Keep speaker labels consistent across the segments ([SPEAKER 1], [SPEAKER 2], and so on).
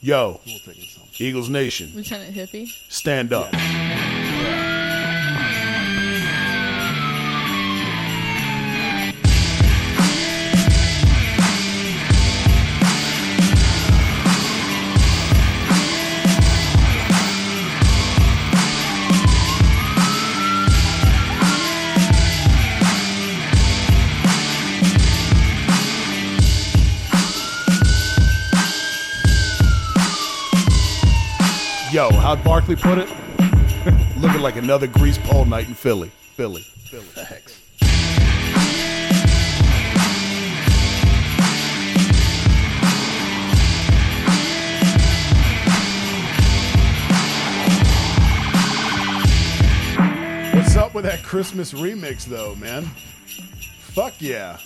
[SPEAKER 1] Yo,
[SPEAKER 2] We'll take it something.
[SPEAKER 1] Eagles Nation,
[SPEAKER 3] Lieutenant Hippie.
[SPEAKER 1] stand up. Yo, how'd Barkley put it? Looking like another grease pole night in Philly. Philly. Philly. What's up with that Christmas remix, though, man? Fuck yeah.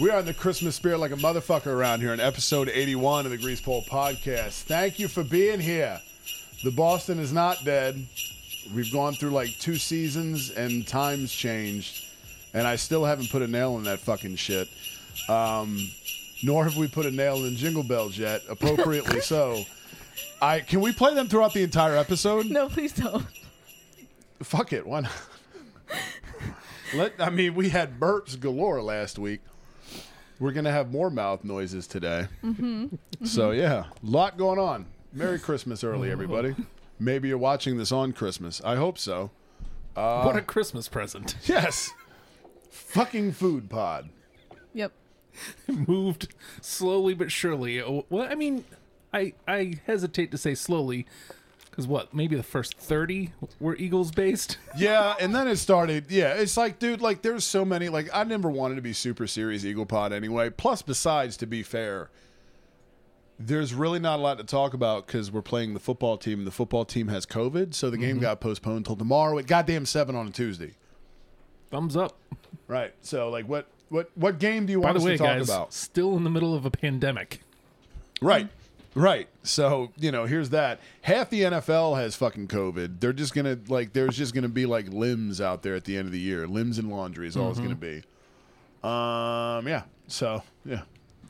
[SPEAKER 1] We are in the Christmas spirit like a motherfucker around here in episode 81 of the Grease Pole Podcast. Thank you for being here. The Boston is not dead. We've gone through like two seasons and times changed, and I still haven't put a nail in that fucking shit. Um, nor have we put a nail in Jingle Bells yet, appropriately so. I can we play them throughout the entire episode?
[SPEAKER 3] No, please don't.
[SPEAKER 1] Fuck it, why not? Let I mean, we had burps galore last week. We're gonna have more mouth noises today. So yeah, lot going on. Merry Christmas early, everybody. Maybe you're watching this on Christmas. I hope so.
[SPEAKER 2] what a Christmas present.
[SPEAKER 1] Yes. Fucking food pod.
[SPEAKER 3] Yep.
[SPEAKER 2] Moved slowly but surely. Oh, Well, I mean, I I hesitate to say slowly because what? Maybe the first thirty were Eagles based.
[SPEAKER 1] Yeah, and then it started. Yeah, it's like, dude, like there's so many. Like I never wanted to be Super Series Eagle Pod anyway. Plus, besides, to be fair, there's really not a lot to talk about because we're playing the football team. and The football team has COVID, so the
[SPEAKER 2] Mm-hmm.
[SPEAKER 1] game got postponed till tomorrow at goddamn seven on a Tuesday.
[SPEAKER 2] Thumbs up.
[SPEAKER 1] Right. So, like, what what what game do you
[SPEAKER 2] By
[SPEAKER 1] want
[SPEAKER 2] the
[SPEAKER 1] us
[SPEAKER 2] way,
[SPEAKER 1] to talk
[SPEAKER 2] guys,
[SPEAKER 1] about?
[SPEAKER 2] still in the middle of a pandemic.
[SPEAKER 1] Right. Right. So, you know, here's that. Half the NFL has fucking COVID. They're just going to, like, there's just going to be, like, limbs out there at the end of the year. Limbs and laundry is all it's going to be. Um, yeah. So, yeah.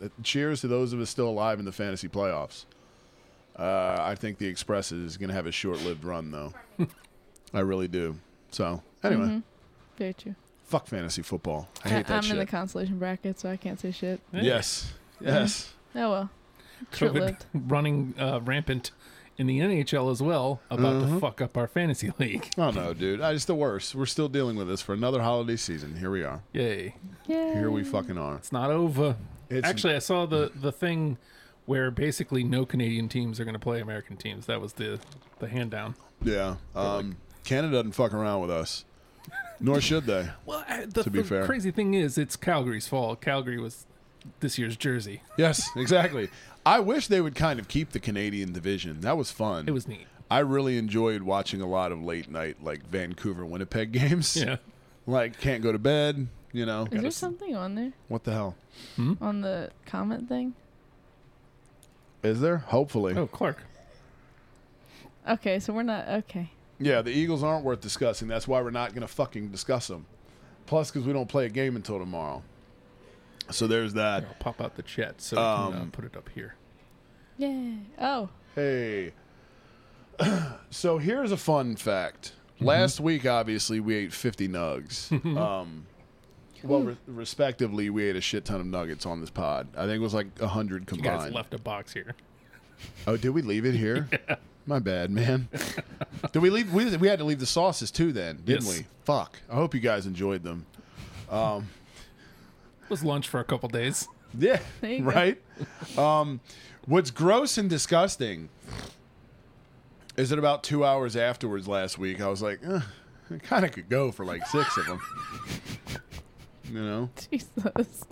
[SPEAKER 1] Uh, Cheers to those of us still alive in the fantasy playoffs. Uh, I think the Express is going to have a short lived run, though. I really do. So, anyway,
[SPEAKER 3] Very true.
[SPEAKER 1] fuck fantasy football. Mm-hmm. I hate that
[SPEAKER 3] am
[SPEAKER 1] shit.
[SPEAKER 3] in the consolation bracket, so I can't say shit.
[SPEAKER 1] yes. Yes.
[SPEAKER 3] Oh well. Short
[SPEAKER 2] COVID
[SPEAKER 3] lived.
[SPEAKER 2] running uh, rampant in the NHL as well, about
[SPEAKER 1] Mm-hmm.
[SPEAKER 2] to fuck up our fantasy league.
[SPEAKER 1] Oh no, dude! I- It's the worst. We're still dealing with this for another holiday season. Here we are.
[SPEAKER 2] Yay.
[SPEAKER 3] Yeah.
[SPEAKER 1] Here we fucking are.
[SPEAKER 2] It's not over.
[SPEAKER 1] It's-
[SPEAKER 2] Actually, I saw the the thing where basically no Canadian teams are going to play American teams. That was the the hand down.
[SPEAKER 1] Yeah. Um, Canada doesn't fuck around with us, nor should they.
[SPEAKER 2] Well, I- the,
[SPEAKER 1] To be
[SPEAKER 2] the
[SPEAKER 1] fair.
[SPEAKER 2] crazy thing is, it's Calgary's fault. Calgary was this year's jersey.
[SPEAKER 1] Yes, exactly. I wish they would kind of keep the Canadian division. That was fun.
[SPEAKER 2] It was neat.
[SPEAKER 1] I really enjoyed watching a lot of late night like Vancouver Winnipeg games.
[SPEAKER 2] Yeah.
[SPEAKER 1] Like can't go to bed. You know
[SPEAKER 3] Is there something on there
[SPEAKER 1] what the hell
[SPEAKER 3] on the comment thing?
[SPEAKER 1] is there? Hopefully.
[SPEAKER 2] Oh, Clark.
[SPEAKER 3] Okay, so we're not okay.
[SPEAKER 1] Yeah, the Eagles aren't worth discussing. That's why we're not going to fucking discuss them. Plus, because we don't play a game until tomorrow. So there's that.
[SPEAKER 2] I'll pop out the chat so we can
[SPEAKER 1] Um,
[SPEAKER 2] uh, put it up here.
[SPEAKER 3] Yeah. Oh,
[SPEAKER 1] Hey. so here's a fun fact.
[SPEAKER 2] Mm-hmm.
[SPEAKER 1] Last week, obviously, we ate 50 nugs. um, well, re- respectively, we ate a shit ton of nuggets on this pod. I think it was like 100
[SPEAKER 2] You guys
[SPEAKER 1] combined.
[SPEAKER 2] left a box here.
[SPEAKER 1] Oh, did we leave it here? My bad, man. did we leave? We, we had to leave the sauces too, then, didn't
[SPEAKER 2] Yes.
[SPEAKER 1] we? Fuck. I hope you guys enjoyed them.
[SPEAKER 2] It was lunch for a couple days.
[SPEAKER 1] Yeah.
[SPEAKER 3] There you go.
[SPEAKER 1] Right? um, what's gross and disgusting is that about two hours afterwards last week, I was like, eh, I kind of could go for like six of them. you know?
[SPEAKER 3] Jesus.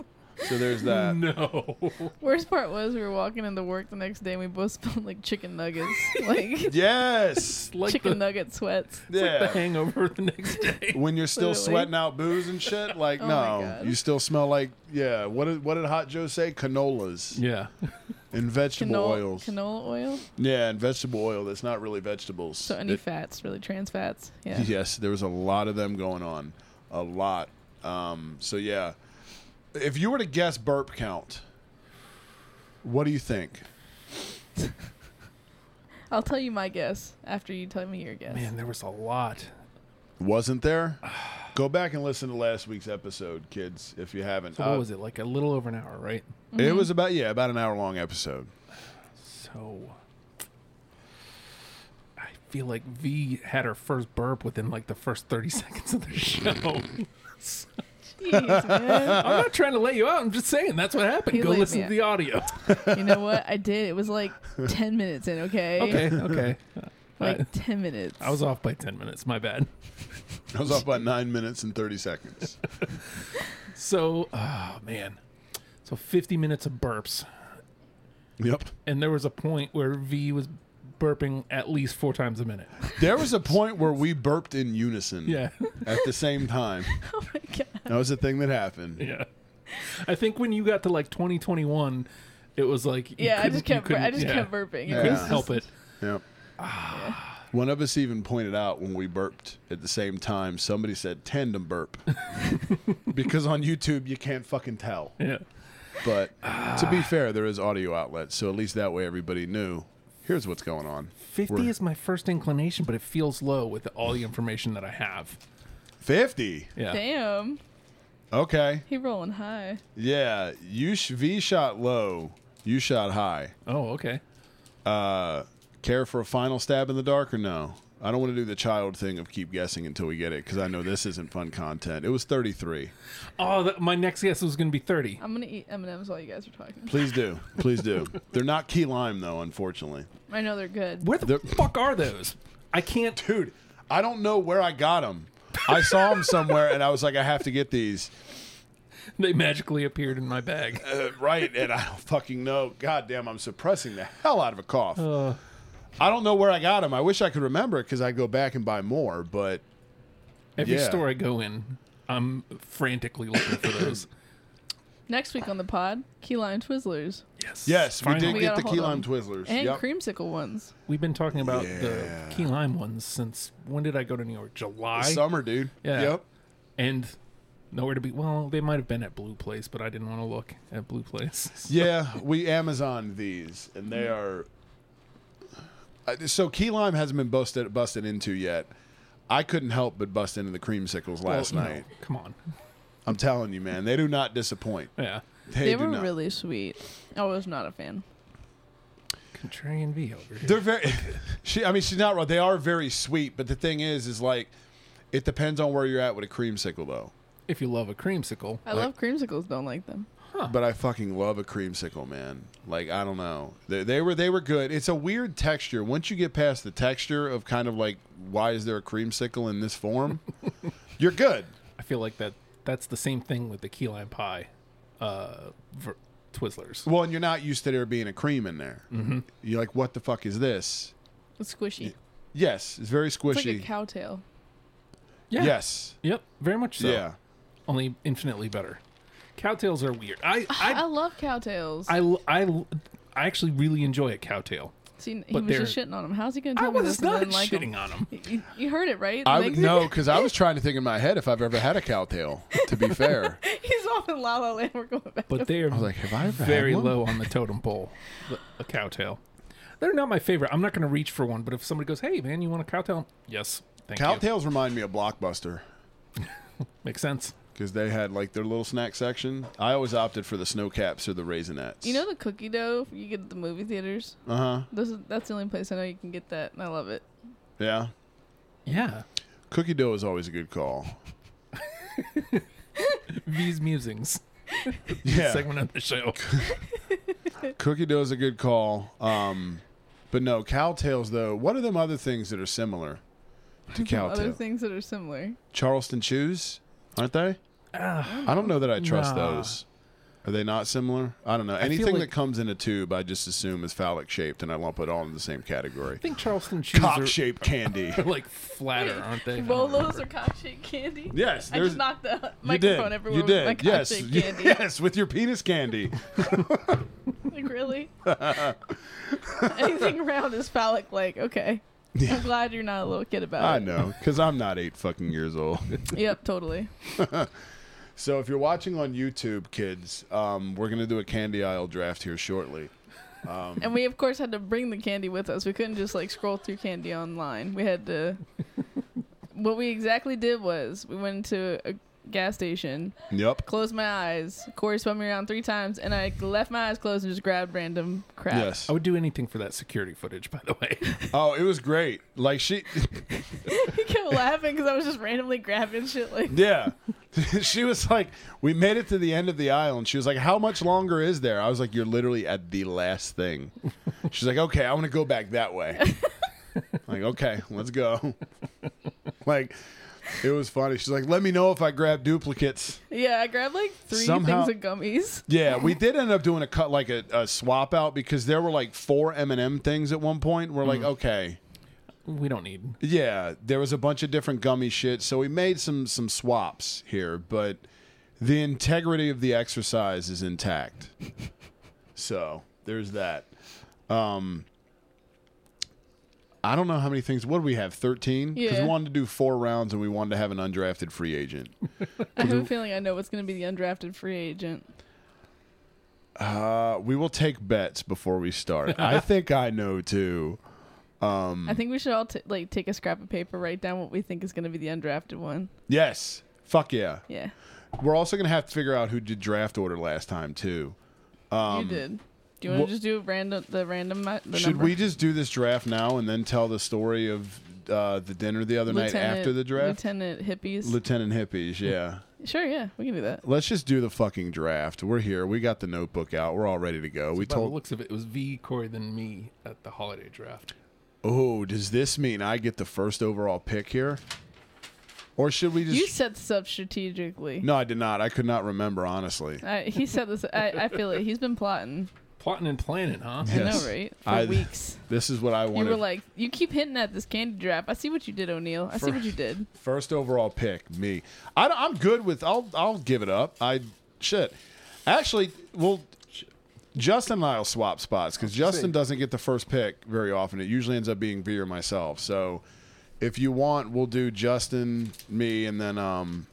[SPEAKER 1] So there's that.
[SPEAKER 2] No.
[SPEAKER 3] Worst part was we were walking into work the next day and we both smelled like chicken nuggets, like
[SPEAKER 1] Yes.
[SPEAKER 2] like
[SPEAKER 3] chicken
[SPEAKER 2] the,
[SPEAKER 3] nugget sweats.
[SPEAKER 1] yeah.
[SPEAKER 2] the hangover the next day.
[SPEAKER 1] when you're still
[SPEAKER 3] Literally.
[SPEAKER 1] sweating out booze and shit, like
[SPEAKER 3] Oh my
[SPEAKER 1] no,
[SPEAKER 3] God.
[SPEAKER 1] you still smell like yeah. What did what did Hot Joe say? Canolas
[SPEAKER 2] Yeah.
[SPEAKER 1] and vegetable
[SPEAKER 3] Canola
[SPEAKER 1] oils.
[SPEAKER 3] Canola oil.
[SPEAKER 1] yeah, and vegetable oil that's not really vegetables.
[SPEAKER 3] So any
[SPEAKER 1] It-
[SPEAKER 3] fats, really trans fats. Yeah.
[SPEAKER 1] Yes, there was a lot of them going on, a lot. Um, so yeah, if you were to guess burp count, what do you think?
[SPEAKER 3] I'll tell you my guess after you tell me your guess.
[SPEAKER 2] Man, there was a lot.
[SPEAKER 1] Wasn't there? Go back and listen to last week's episode, kids, if you haven't.
[SPEAKER 2] So
[SPEAKER 1] Uh,
[SPEAKER 2] what was it? Mm-hmm. Like a little over an hour, right?
[SPEAKER 1] It was about yeah, about an hour long episode.
[SPEAKER 2] So I feel like V had her first burp within like the first 30 seconds of the show.
[SPEAKER 3] Jeez, man.
[SPEAKER 2] I'm not trying to lay you out. I'm just saying that's what happened.
[SPEAKER 3] He
[SPEAKER 2] Go
[SPEAKER 3] laid me
[SPEAKER 2] listen to
[SPEAKER 3] out.
[SPEAKER 2] the audio.
[SPEAKER 3] you know what? I did. It was like 10 minutes in, okay?
[SPEAKER 2] okay, okay. Uh,
[SPEAKER 3] Like 10 minutes.
[SPEAKER 2] I was off by 10 minutes. My bad.
[SPEAKER 1] I was off by nine minutes and thirty seconds.
[SPEAKER 2] So, oh man. So 50 minutes of burps.
[SPEAKER 1] Yep.
[SPEAKER 2] And there was a point where V was burping at least four times a minute.
[SPEAKER 1] There was a point where we burped in unison.
[SPEAKER 2] Yeah.
[SPEAKER 1] At the same time.
[SPEAKER 3] Oh my God.
[SPEAKER 1] That was the thing that happened.
[SPEAKER 2] Yeah. I think when you got to like 2021, it was like. you
[SPEAKER 3] Yeah, I
[SPEAKER 2] couldn't-
[SPEAKER 3] just
[SPEAKER 2] you
[SPEAKER 3] kept bur- I
[SPEAKER 2] couldn't-
[SPEAKER 3] just
[SPEAKER 2] yeah.
[SPEAKER 3] kept burping.
[SPEAKER 2] You
[SPEAKER 3] It
[SPEAKER 2] couldn't
[SPEAKER 3] was
[SPEAKER 2] help
[SPEAKER 3] just-
[SPEAKER 2] it.
[SPEAKER 1] Yep. One of us even pointed out when we burped at the same time, somebody said tandem burp. because on YouTube, you can't fucking tell.
[SPEAKER 2] Yeah.
[SPEAKER 1] But to be fair, there is audio outlets. So at least that way everybody knew here's what's going on.
[SPEAKER 2] 50
[SPEAKER 1] We're-
[SPEAKER 2] is my first inclination, but it feels low with all the information that I have.
[SPEAKER 1] 50.
[SPEAKER 2] Yeah.
[SPEAKER 3] Damn.
[SPEAKER 1] Okay.
[SPEAKER 3] He rolling high.
[SPEAKER 1] Yeah. You sh- V shot low, you shot high.
[SPEAKER 2] Oh, okay.
[SPEAKER 1] Care for a final stab in the dark or no? I don't want to do the child thing of keep guessing until we get it because I know this isn't fun content. It was 33.
[SPEAKER 2] Oh, that, my next guess was going to be 30.
[SPEAKER 3] I'm gonna eat M and M's while you guys are talking.
[SPEAKER 1] Please do. Please do. They're not key lime, though, unfortunately.
[SPEAKER 3] I know they're good.
[SPEAKER 2] Where the
[SPEAKER 1] They're-
[SPEAKER 2] fuck are those? I can't.
[SPEAKER 1] Dude, I don't know where I got them. I saw them somewhere and I was like, I have to get these.
[SPEAKER 2] They magically appeared in my bag.
[SPEAKER 1] Uh, right. And I don't fucking know. God damn, I'm suppressing the hell out of a cough. I don't know where I got them. I wish I could remember because I'd go back and buy more, but
[SPEAKER 2] Every
[SPEAKER 1] yeah.
[SPEAKER 2] store I go in, I'm frantically looking for those.
[SPEAKER 3] Next week on the pod, key lime Twizzlers
[SPEAKER 2] Yes.
[SPEAKER 1] Yes, we
[SPEAKER 2] Finally.
[SPEAKER 1] did
[SPEAKER 3] We
[SPEAKER 1] get
[SPEAKER 3] gotta
[SPEAKER 1] the
[SPEAKER 3] hold
[SPEAKER 1] key lime
[SPEAKER 3] on.
[SPEAKER 1] Twizzlers.
[SPEAKER 3] and
[SPEAKER 1] Yep.
[SPEAKER 3] creamsicle ones.
[SPEAKER 2] We've been talking about
[SPEAKER 1] Yeah.
[SPEAKER 2] the key lime ones since when did I go to New York? July.
[SPEAKER 1] Summer, dude.
[SPEAKER 2] Yeah.
[SPEAKER 1] Yep.
[SPEAKER 2] And nowhere to be. Well, they might have been at Blue Place, but I didn't want to look at Blue Place.
[SPEAKER 1] Yeah, we Amazon these, and they are. I- So key lime hasn't been busted busted into yet. I couldn't help but bust into the creamsicles
[SPEAKER 2] Well,
[SPEAKER 1] last
[SPEAKER 2] you know,
[SPEAKER 1] night.
[SPEAKER 2] come on.
[SPEAKER 1] I'm telling you, man, they do not disappoint.
[SPEAKER 2] Yeah.
[SPEAKER 1] They,
[SPEAKER 3] They
[SPEAKER 1] do
[SPEAKER 3] were
[SPEAKER 1] not.
[SPEAKER 3] really sweet. I was not a fan.
[SPEAKER 2] Contrarian V over here.
[SPEAKER 1] They're very. She, I mean, she's not wrong. They are very sweet, but the thing is, is like, it depends on where you're at with a creamsicle, though.
[SPEAKER 2] if you love a creamsicle.
[SPEAKER 3] I love creamsicles. Don't like them.
[SPEAKER 1] But I fucking love a creamsicle, man. Like I don't know, they, they were they were good. It's a weird texture. Once you get past the texture of kind of like why is there a creamsicle in this form, you're good.
[SPEAKER 2] I feel like that that's the same thing with the key lime pie uh, ver- Twizzlers.
[SPEAKER 1] Well, and you're not used to there being a cream in there. Mm-hmm. You're like, what the fuck is this?
[SPEAKER 3] It's squishy.
[SPEAKER 1] Yes, it's very
[SPEAKER 3] It's like a
[SPEAKER 1] squishy.
[SPEAKER 3] cow tail.
[SPEAKER 2] Yeah.
[SPEAKER 1] Yes,
[SPEAKER 2] Yep. Very much so.
[SPEAKER 1] yeah.
[SPEAKER 2] Only infinitely better. Cowtails are weird. I
[SPEAKER 3] I
[SPEAKER 2] I,
[SPEAKER 3] love cow tails.
[SPEAKER 2] I, l- I, l- I actually really enjoy a cowtail.
[SPEAKER 3] See, he
[SPEAKER 2] but
[SPEAKER 3] was just shitting on him. How's he gonna
[SPEAKER 2] I
[SPEAKER 3] tell me
[SPEAKER 2] was
[SPEAKER 3] this and
[SPEAKER 2] not
[SPEAKER 3] then like
[SPEAKER 2] shitting
[SPEAKER 3] him?
[SPEAKER 2] on them.
[SPEAKER 3] You, you heard it right.
[SPEAKER 1] I
[SPEAKER 3] The
[SPEAKER 1] would
[SPEAKER 3] next-
[SPEAKER 1] no, because I was trying to think in my head if I've ever had a cowtail. To be fair,
[SPEAKER 3] He's off in La La Land. We're going back.
[SPEAKER 2] But they are
[SPEAKER 1] I was like, have I ever
[SPEAKER 2] very
[SPEAKER 1] had one?
[SPEAKER 2] low on the totem pole. the- A cowtail. They're not my favorite. I'm not going to reach for one, but if somebody goes, "Hey, man, you want a cowtail?" Yes, thank you.
[SPEAKER 1] Cowtails remind me of Blockbuster.
[SPEAKER 2] Makes sense.
[SPEAKER 1] because they had like their little snack section. I always opted for the snow caps or the raisinettes.
[SPEAKER 3] you know the cookie dough you get at the movie theaters.
[SPEAKER 1] uh huh,
[SPEAKER 3] Those are- that's the only place I know you can get that, and I love it.
[SPEAKER 1] yeah.
[SPEAKER 2] Yeah.
[SPEAKER 1] Cookie dough is always a good call.
[SPEAKER 2] V's musings
[SPEAKER 1] Yeah,
[SPEAKER 2] segment of the show.
[SPEAKER 1] cookie dough is a good call. Um, but no, cowtails though. What are them other things that are similar to
[SPEAKER 3] Other
[SPEAKER 1] cowtail?
[SPEAKER 3] things that are similar.
[SPEAKER 1] Charleston chews, aren't they?
[SPEAKER 2] Ah,
[SPEAKER 1] I don't know that I trust
[SPEAKER 2] Nah.
[SPEAKER 1] those. Are they not similar? I don't know.
[SPEAKER 2] feel
[SPEAKER 1] Anything
[SPEAKER 2] like-
[SPEAKER 1] that comes in a tube, I just assume is phallic shaped, and I lump it all in the same category.
[SPEAKER 2] I think Charleston shoes
[SPEAKER 1] Cock
[SPEAKER 2] are,
[SPEAKER 1] shaped candy.
[SPEAKER 2] are like flatter, aren't they?
[SPEAKER 3] Bolos or cock shaped candy.
[SPEAKER 1] Yes,
[SPEAKER 3] I
[SPEAKER 1] there's-
[SPEAKER 3] just knocked the microphone everywhere
[SPEAKER 1] You did.
[SPEAKER 3] with my cock
[SPEAKER 1] yes.
[SPEAKER 3] shaped
[SPEAKER 1] Y-
[SPEAKER 3] candy.
[SPEAKER 1] Yes, with your penis candy.
[SPEAKER 3] Like really? Anything round is phallic like, okay. I'm glad you're not a little kid about
[SPEAKER 1] I
[SPEAKER 3] it.
[SPEAKER 1] know, because I'm not eight fucking years old.
[SPEAKER 3] Yep, totally.
[SPEAKER 1] So if you're watching on YouTube, kids, um, we're gonna do a candy aisle draft here shortly.
[SPEAKER 3] and we of course had to bring the candy with us. We couldn't just like scroll through candy online. We had to. what we exactly did was we went to a gas station,
[SPEAKER 1] Yep.
[SPEAKER 3] closed my eyes. Corey spun me around three times, and I left my eyes closed and just grabbed random crap.
[SPEAKER 1] Yes.
[SPEAKER 2] I would do anything for that security footage, by the way.
[SPEAKER 1] Oh, it was great. Like she,
[SPEAKER 3] he kept laughing because I was just randomly grabbing shit. Like
[SPEAKER 1] yeah, she was like, we made it to the end of the aisle, and she was like, how much longer is there? I was like, you're literally at the last thing. She's like, okay, I want to go back that way. like, okay, let's go. like, it was funny. She's like, let me know if I grab duplicates.
[SPEAKER 3] yeah, I grabbed like three
[SPEAKER 1] Somehow-
[SPEAKER 3] things of gummies.
[SPEAKER 1] Yeah, we did end up doing a cut like a, a swap out because there were like four M and M things at one point. We're like, okay,
[SPEAKER 2] we don't need.
[SPEAKER 1] yeah, there was a bunch of different gummy shit, so we made some some swaps here, but the integrity of the exercise is intact. so there's that. Um, I don't know how many things. What do we have? Thirteen. Because
[SPEAKER 3] Yeah.
[SPEAKER 1] we wanted to do four rounds, and we wanted to have an undrafted free agent.
[SPEAKER 3] I have a feeling I know what's going to be the undrafted free agent.
[SPEAKER 1] Uh, we will take bets before we start. I think I know too. Mm.
[SPEAKER 3] I think we should all t- like take a scrap of paper, write down what we think is going to be the undrafted one.
[SPEAKER 1] Yes. Fuck yeah.
[SPEAKER 3] Yeah,
[SPEAKER 1] We're also gonna have to figure out who did draft order last time too.
[SPEAKER 3] you did. Do you
[SPEAKER 1] Um,
[SPEAKER 3] want to
[SPEAKER 1] wha-
[SPEAKER 3] just do random the random mi- the
[SPEAKER 1] Should
[SPEAKER 3] number?
[SPEAKER 1] we just do this draft now and then tell the story of uh, the dinner the other night after the draft?
[SPEAKER 3] Lieutenant hippies.
[SPEAKER 1] Lieutenant Hippies, yeah.
[SPEAKER 3] sure, yeah, we can do that.
[SPEAKER 1] Let's just do the fucking draft. We're here. We got the notebook out. We're all ready to go. We
[SPEAKER 2] By the
[SPEAKER 1] told.
[SPEAKER 2] looks of it, it was V Corey than me at the holiday draft.
[SPEAKER 1] Oh, does this mean I get the first overall pick here? Or should we just?
[SPEAKER 3] You set this up strategically.
[SPEAKER 1] no, I did not. I could not remember honestly.
[SPEAKER 3] I, he set this. I, I feel it. He's been plotting.
[SPEAKER 2] Plotting and planning, huh?
[SPEAKER 3] I
[SPEAKER 1] Yes.
[SPEAKER 3] know, right? For
[SPEAKER 1] I-
[SPEAKER 3] weeks.
[SPEAKER 1] This is what I
[SPEAKER 3] You
[SPEAKER 1] wanted.
[SPEAKER 3] were like, you keep hinting at this candy draft. I see what you did, O'Neill. I see
[SPEAKER 1] For-
[SPEAKER 3] what you did.
[SPEAKER 1] First overall pick, me. I, am good with. I'll I'll give it up. I shit. Actually, well, Justin and I'll swap spots because Justin doesn't get the first pick very often. It usually ends up being V or myself. So, if you want, we'll do Justin, me, and then um.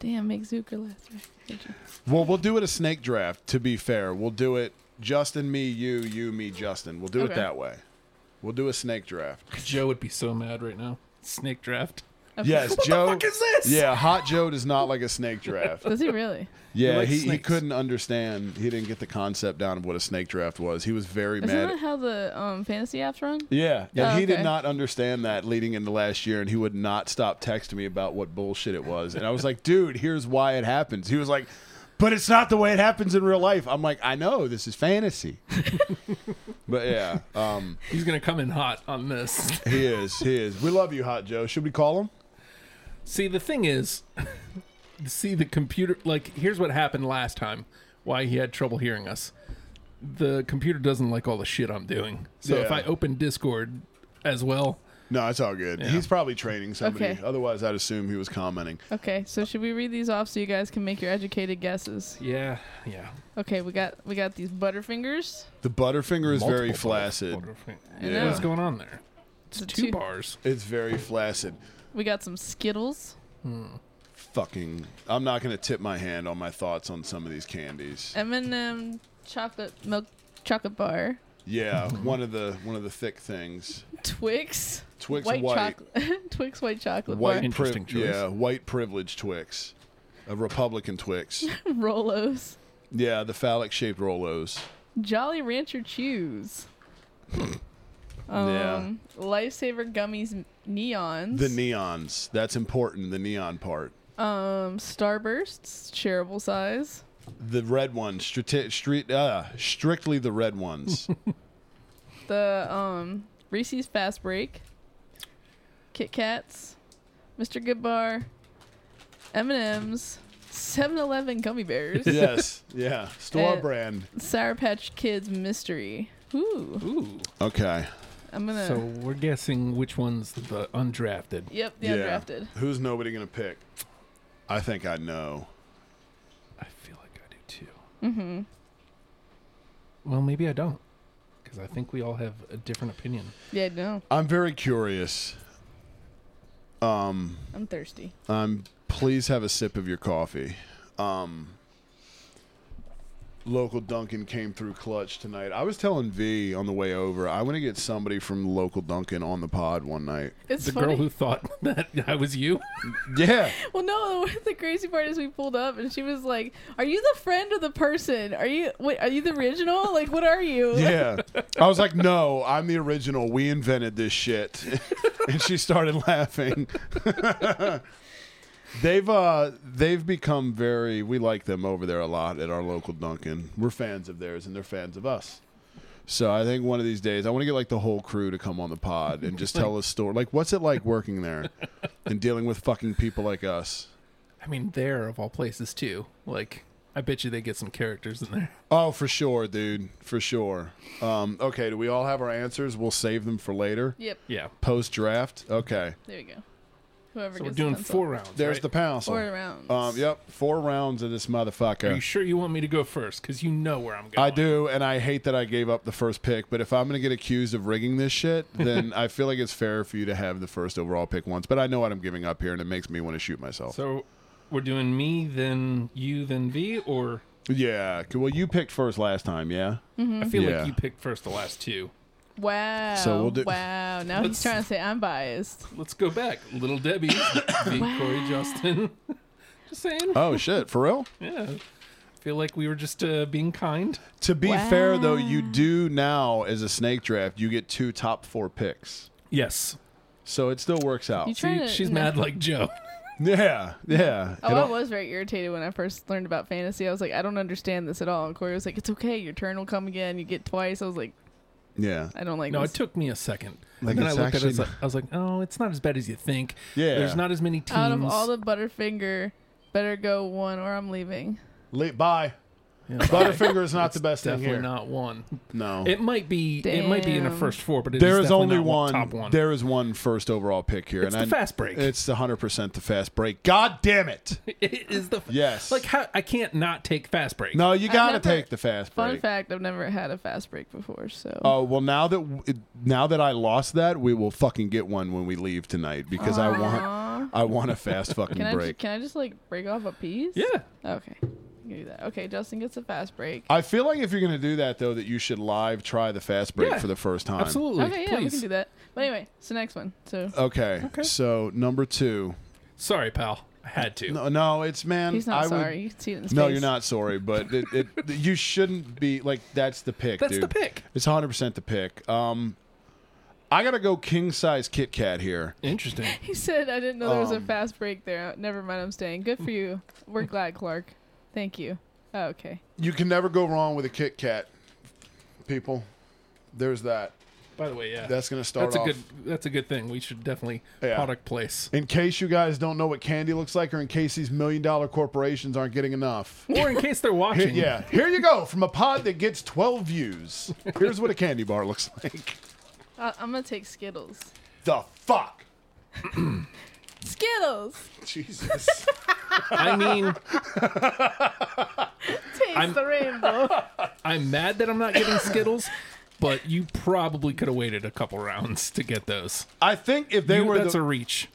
[SPEAKER 3] Damn, make Zucker last. Did you?
[SPEAKER 1] Well, we'll do it a snake draft. To be fair, we'll do it Justin, me, you, you, me, Justin. We'll do it
[SPEAKER 3] Okay.
[SPEAKER 1] that way. We'll do a snake draft.
[SPEAKER 2] Joe would be so mad right now. Snake draft.
[SPEAKER 1] Yes, Joe.
[SPEAKER 2] fuck is this?
[SPEAKER 1] Yeah, Hot Joe does not like a snake draft.
[SPEAKER 3] Does he really?
[SPEAKER 1] Yeah,
[SPEAKER 2] likes
[SPEAKER 1] he, he
[SPEAKER 2] snakes.
[SPEAKER 1] couldn't understand. He didn't get the concept down of what a snake draft was. He was very
[SPEAKER 3] Isn't
[SPEAKER 1] mad.
[SPEAKER 3] that how the um, fantasy apps run?
[SPEAKER 1] yeah, yeah.
[SPEAKER 3] Oh,
[SPEAKER 1] He did
[SPEAKER 3] okay.
[SPEAKER 1] not understand that leading into last year, and he would not stop texting me about what bullshit it was. And I was like, dude, here's why it happens. He was like, but it's not the way it happens in real life. I'm like, I know this is fantasy. but yeah, um,
[SPEAKER 2] He's gonna come in hot on this.
[SPEAKER 1] he is. He is. We love you, Hot Joe. Should we call him?
[SPEAKER 2] See, the thing is, see the computer. Like, here's what happened last time. Why he had trouble hearing us. The computer doesn't like all the shit I'm doing. So if
[SPEAKER 1] Yeah.
[SPEAKER 2] I open Discord as well,
[SPEAKER 1] No, it's all good. He's probably training somebody.
[SPEAKER 3] Okay.
[SPEAKER 1] Otherwise, I'd assume he was commenting.
[SPEAKER 3] Okay, so should we read these off so you guys can make your educated guesses?
[SPEAKER 2] yeah, yeah.
[SPEAKER 3] Okay, we got we got these Butterfingers.
[SPEAKER 1] The Butterfinger is very
[SPEAKER 2] Multiple
[SPEAKER 1] flaccid.
[SPEAKER 2] butterfly-
[SPEAKER 3] I
[SPEAKER 1] Yeah.
[SPEAKER 2] What's going on there?
[SPEAKER 3] It's a
[SPEAKER 2] Two
[SPEAKER 3] two-
[SPEAKER 2] bars.
[SPEAKER 1] It's very flaccid.
[SPEAKER 3] We got some Skittles,
[SPEAKER 1] fucking I'm not gonna tip my hand on my thoughts on some of these candies.
[SPEAKER 3] M&M chocolate milk chocolate bar,
[SPEAKER 1] Yeah, one of the one of the thick things.
[SPEAKER 3] Twix,
[SPEAKER 1] Twix
[SPEAKER 3] white,
[SPEAKER 1] white.
[SPEAKER 3] chocolate, Twix white chocolate
[SPEAKER 1] White
[SPEAKER 2] Interesting choice.
[SPEAKER 1] Yeah, white privilege Twix. A Republican Twix.
[SPEAKER 3] bar, Rolos,
[SPEAKER 1] yeah, the phallic shaped Rolos.
[SPEAKER 3] Jolly Rancher chews. um,
[SPEAKER 1] Yeah.
[SPEAKER 3] Lifesaver gummies, neons,
[SPEAKER 1] The neons. That's important, the neon part.
[SPEAKER 3] um, Starbursts, shareable size,
[SPEAKER 1] The red ones, strate- street, uh, strictly the red ones.
[SPEAKER 3] the um, Reese's Fast Break, Kit Kats, Mr. Goodbar, M&M's, 7-Eleven gummy bears,
[SPEAKER 1] yes, yeah, store
[SPEAKER 3] Uh,
[SPEAKER 1] brand.
[SPEAKER 3] Sour Patch Kids mystery. Ooh,
[SPEAKER 2] Ooh.
[SPEAKER 1] Okay,
[SPEAKER 3] I'm gonna.
[SPEAKER 2] So we're guessing which one's the undrafted.
[SPEAKER 3] yep, the
[SPEAKER 1] yeah.
[SPEAKER 3] undrafted.
[SPEAKER 1] Who's nobody gonna pick? I think I know.
[SPEAKER 2] I feel like I do too. Mm-hmm. Well, maybe I don't, because I think we all have a different opinion.
[SPEAKER 3] Yeah, no,
[SPEAKER 1] I'm very curious.
[SPEAKER 3] I'm thirsty.
[SPEAKER 1] Um, please have a sip of your coffee. Um, local Duncan came through clutch tonight. I was telling V on the way over, I want to get somebody from local Duncan on the pod one night.
[SPEAKER 3] It's
[SPEAKER 2] The
[SPEAKER 3] funny.
[SPEAKER 2] girl who thought that I was you.
[SPEAKER 1] Yeah.
[SPEAKER 3] Well, no. The, the crazy part is we pulled up, and she was like, "Are you the friend or the person? Are you wait, are you the original? Like, what are you?"
[SPEAKER 1] Yeah. I was like, no, I'm the original. We invented this shit. and she started laughing. they've uh they've become very we like them over there a lot at our local Duncan. We're fans of theirs and they're fans of us. So I think one of these days I want to get like the whole crew to come on the pod and just tell a story. Like what's it like working there and dealing with fucking people like us?
[SPEAKER 2] I mean, there of all places too. Like, I bet you they get some characters in there.
[SPEAKER 1] Oh, for sure, dude. For sure. Um, okay, do we all have our answers? We'll save them for later.
[SPEAKER 3] Yep.
[SPEAKER 2] Yeah.
[SPEAKER 1] Post draft. Okay.
[SPEAKER 3] There you go. Whoever
[SPEAKER 2] So we're
[SPEAKER 3] gets
[SPEAKER 2] doing
[SPEAKER 3] the pencil.
[SPEAKER 2] four rounds.
[SPEAKER 1] There's
[SPEAKER 2] right?
[SPEAKER 1] the pouncil.
[SPEAKER 3] Four rounds.
[SPEAKER 1] Um, yep, four rounds of this
[SPEAKER 2] Are you
[SPEAKER 1] motherfucker.
[SPEAKER 2] sure you want me to go first? Because you know where I'm going.
[SPEAKER 1] I do, and I hate that I gave up the first pick. But if I'm going to get accused of rigging this shit, then I feel like it's fair for you to have the first overall pick once. But I know what I'm giving up here, and it makes me want to shoot myself.
[SPEAKER 2] So we're doing me, then you, then V, or
[SPEAKER 1] yeah. c- Well, you picked first last time, yeah.
[SPEAKER 3] Mm-hmm.
[SPEAKER 2] I feel
[SPEAKER 1] Yeah.
[SPEAKER 2] like you picked first the last two.
[SPEAKER 3] Wow.
[SPEAKER 1] So we'll do-
[SPEAKER 3] wow. Now he's
[SPEAKER 2] Let's-
[SPEAKER 3] trying to say I'm biased.
[SPEAKER 2] Let's go back. Little Debbie, V, Corey, Justin. Just saying.
[SPEAKER 1] Oh shit, for real.
[SPEAKER 2] Yeah. Feel like we were just uh, being kind.
[SPEAKER 1] To be fair though, you do now as a snake draft, you get two top four picks,
[SPEAKER 2] Yes.
[SPEAKER 1] so it still works out.
[SPEAKER 3] You tr-
[SPEAKER 2] See,
[SPEAKER 3] Trying to-
[SPEAKER 2] she's
[SPEAKER 3] no.
[SPEAKER 2] mad like Joe.
[SPEAKER 1] yeah, yeah.
[SPEAKER 3] Oh,
[SPEAKER 1] It
[SPEAKER 3] I
[SPEAKER 1] all-
[SPEAKER 3] was very irritated when I first learned about fantasy. I was like, I don't understand this at all. And Corey was like, It's okay. Your turn will come again. You get twice. I was like,
[SPEAKER 1] yeah.
[SPEAKER 3] I don't like
[SPEAKER 2] No, it
[SPEAKER 3] this.
[SPEAKER 2] took me a second.
[SPEAKER 1] Like,
[SPEAKER 2] and then I
[SPEAKER 1] it's
[SPEAKER 2] looked at it. I was
[SPEAKER 1] actually-
[SPEAKER 2] like- I was like, oh, it's not as bad as you think.
[SPEAKER 1] Yeah.
[SPEAKER 2] There's not as many teams.
[SPEAKER 3] Out of all the Butterfinger, better go one or I'm leaving.
[SPEAKER 1] Le- bye.
[SPEAKER 2] Yeah,
[SPEAKER 1] Butterfinger is not the best thing
[SPEAKER 2] definitely
[SPEAKER 1] here.
[SPEAKER 2] not one.
[SPEAKER 1] No.
[SPEAKER 2] It might be. It might be in the
[SPEAKER 3] Damn.
[SPEAKER 2] first four, but it's
[SPEAKER 1] There is only
[SPEAKER 2] not
[SPEAKER 1] one.
[SPEAKER 2] top one.
[SPEAKER 1] There is one first overall pick here.
[SPEAKER 2] It's
[SPEAKER 1] and
[SPEAKER 2] the
[SPEAKER 1] I-
[SPEAKER 2] fast break.
[SPEAKER 1] It's the hundred percent the fast break. God damn it!
[SPEAKER 2] it is the
[SPEAKER 1] Yes.
[SPEAKER 2] Like how I can't not take fast break.
[SPEAKER 1] No, you got to
[SPEAKER 3] never-
[SPEAKER 1] take the fast
[SPEAKER 3] Fun
[SPEAKER 1] break.
[SPEAKER 3] fact I've never had a fast break before. So
[SPEAKER 1] Oh well, now that w- it- now that I lost that, we will fucking get one when we leave tonight because I want I want a fast fucking
[SPEAKER 3] can, I just,
[SPEAKER 1] break.
[SPEAKER 3] can I just like break off a piece?
[SPEAKER 2] Yeah.
[SPEAKER 3] Okay. You can do that. Okay. Justin gets a fast break.
[SPEAKER 1] I feel like if you're gonna do that though, that you should live try the fast break
[SPEAKER 2] Yeah.
[SPEAKER 1] for the first time.
[SPEAKER 2] Absolutely.
[SPEAKER 3] Okay. Yeah, we
[SPEAKER 2] please.
[SPEAKER 3] can do that. But anyway, so next one. So
[SPEAKER 1] Okay. So number two.
[SPEAKER 2] Sorry, pal. I had to.
[SPEAKER 1] No, no, it's man.
[SPEAKER 3] he's not
[SPEAKER 1] Um, I would-
[SPEAKER 3] sorry. you can see it in his
[SPEAKER 1] No,
[SPEAKER 3] face.
[SPEAKER 1] you're not sorry, but it, it, you shouldn't be like that's the pick.
[SPEAKER 2] That's the
[SPEAKER 1] dude.
[SPEAKER 2] pick.
[SPEAKER 1] It's 100 percent the pick. Um, I gotta go king size Kit Kat here.
[SPEAKER 2] Interesting.
[SPEAKER 3] He said, "I didn't know there was a
[SPEAKER 1] Um,
[SPEAKER 3] fast break there. Never mind, I'm staying. Good for you. We're glad, Clark. Thank you. Oh, okay.
[SPEAKER 1] You can never go wrong with a Kit Kat, people. There's that.
[SPEAKER 2] By the way, yeah.
[SPEAKER 1] That's gonna start
[SPEAKER 2] That's a
[SPEAKER 1] off.
[SPEAKER 2] good. That's a good thing. We should definitely
[SPEAKER 1] Yeah.
[SPEAKER 2] product place.
[SPEAKER 1] In case you guys don't know what candy looks like, or in case these million dollar corporations aren't getting enough.
[SPEAKER 2] Or in case they're
[SPEAKER 1] Here-
[SPEAKER 2] watching.
[SPEAKER 1] yeah, here you go from a pod that gets 12 views. Here's what a candy bar looks like.
[SPEAKER 3] I- Uh, I'm gonna take Skittles.
[SPEAKER 1] The fuck.
[SPEAKER 3] Skittles.
[SPEAKER 1] Jesus.
[SPEAKER 2] I mean,
[SPEAKER 3] Taste
[SPEAKER 2] I'm-
[SPEAKER 3] the rainbow.
[SPEAKER 2] I'm mad that I'm not getting Skittles, but you probably could have waited a couple rounds to get those.
[SPEAKER 1] I think if they
[SPEAKER 2] You-
[SPEAKER 1] were
[SPEAKER 2] that's
[SPEAKER 1] the,
[SPEAKER 2] a reach.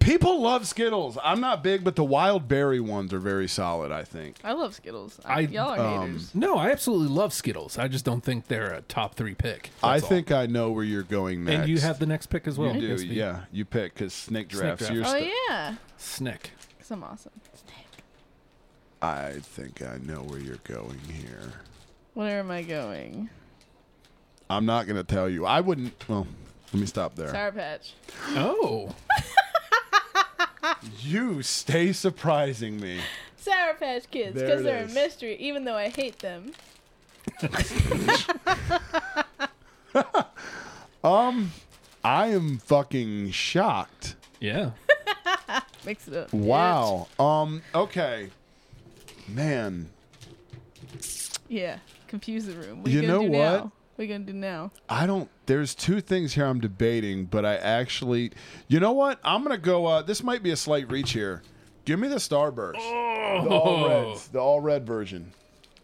[SPEAKER 1] People love Skittles. I'm not big, but the wild berry ones are very solid, I think.
[SPEAKER 3] I love Skittles.
[SPEAKER 2] I-
[SPEAKER 3] I, y'all are
[SPEAKER 1] um,
[SPEAKER 3] haters.
[SPEAKER 2] No, I absolutely love Skittles. I just don't think they're a top three pick. That's
[SPEAKER 1] I
[SPEAKER 2] all.
[SPEAKER 1] think I know where you're going next.
[SPEAKER 2] And you have the next pick as well.
[SPEAKER 1] You do,
[SPEAKER 2] Yes, the
[SPEAKER 1] yeah. You pick because snake drafts.
[SPEAKER 2] draft.
[SPEAKER 1] You're
[SPEAKER 3] Oh
[SPEAKER 1] st-
[SPEAKER 3] yeah,
[SPEAKER 2] Snick.
[SPEAKER 3] cause I'm awesome.
[SPEAKER 1] I think I know where you're going here.
[SPEAKER 3] Where am I going?
[SPEAKER 1] I'm not gonna tell you. I wouldn't. Well, let me stop there.
[SPEAKER 3] Sour Patch.
[SPEAKER 2] Oh,
[SPEAKER 1] You stay surprising me.
[SPEAKER 3] Sour Patch Kids,
[SPEAKER 1] There it
[SPEAKER 3] because they're
[SPEAKER 1] is.
[SPEAKER 3] a mystery, even though I hate them.
[SPEAKER 1] I am fucking shocked.
[SPEAKER 2] yeah.
[SPEAKER 3] Mix it up.
[SPEAKER 1] Wow. Um. Okay. Man,
[SPEAKER 3] Yeah. Confuse the room. What
[SPEAKER 1] You
[SPEAKER 3] you, gonna
[SPEAKER 1] know
[SPEAKER 3] do
[SPEAKER 1] what?
[SPEAKER 3] now? What you gonna do now?
[SPEAKER 1] I don't. There's two things here I'm debating, but I actually, you know what? I'm gonna go. Uh, this might be a slight reach here. Give me the Starburst, the all reds, the all red version,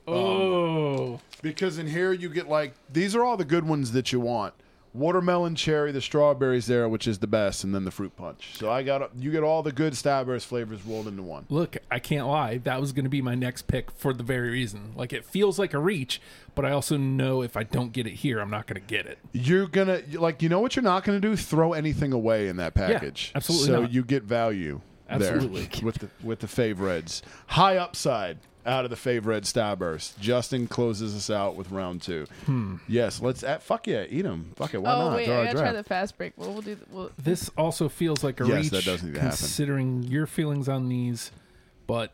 [SPEAKER 2] Oh,
[SPEAKER 1] Um, because in here you get like these are all the good ones that you want. watermelon, cherry, the strawberries there, which is the best, and then the fruit punch. So I got you get all the good Starburst flavors rolled into one.
[SPEAKER 2] Look, I can't lie. That was going to be my next pick for the very reason. Like it feels like a reach, but I also know if I don't get it here, I'm not going to get it.
[SPEAKER 1] You're gonna like you know what you're not gonna do? Throw anything away in that package.
[SPEAKER 2] absolutely
[SPEAKER 1] So
[SPEAKER 2] not.
[SPEAKER 1] you get value
[SPEAKER 2] Absolutely.
[SPEAKER 1] there with the with the favorites. High upside out of the favorite Starburst. Justin closes us out with round two.
[SPEAKER 2] Hmm.
[SPEAKER 1] Yes, let's at, fuck yeah, eat them. Fuck it, why
[SPEAKER 3] oh
[SPEAKER 1] not?
[SPEAKER 3] wait,
[SPEAKER 1] They're
[SPEAKER 3] I
[SPEAKER 1] our
[SPEAKER 3] gotta try
[SPEAKER 1] draft.
[SPEAKER 3] the fast break. Well, we'll do. The, we'll,
[SPEAKER 2] This also feels like a
[SPEAKER 1] Yes,
[SPEAKER 2] reach
[SPEAKER 1] that does need to happen.
[SPEAKER 2] considering your feelings on these, but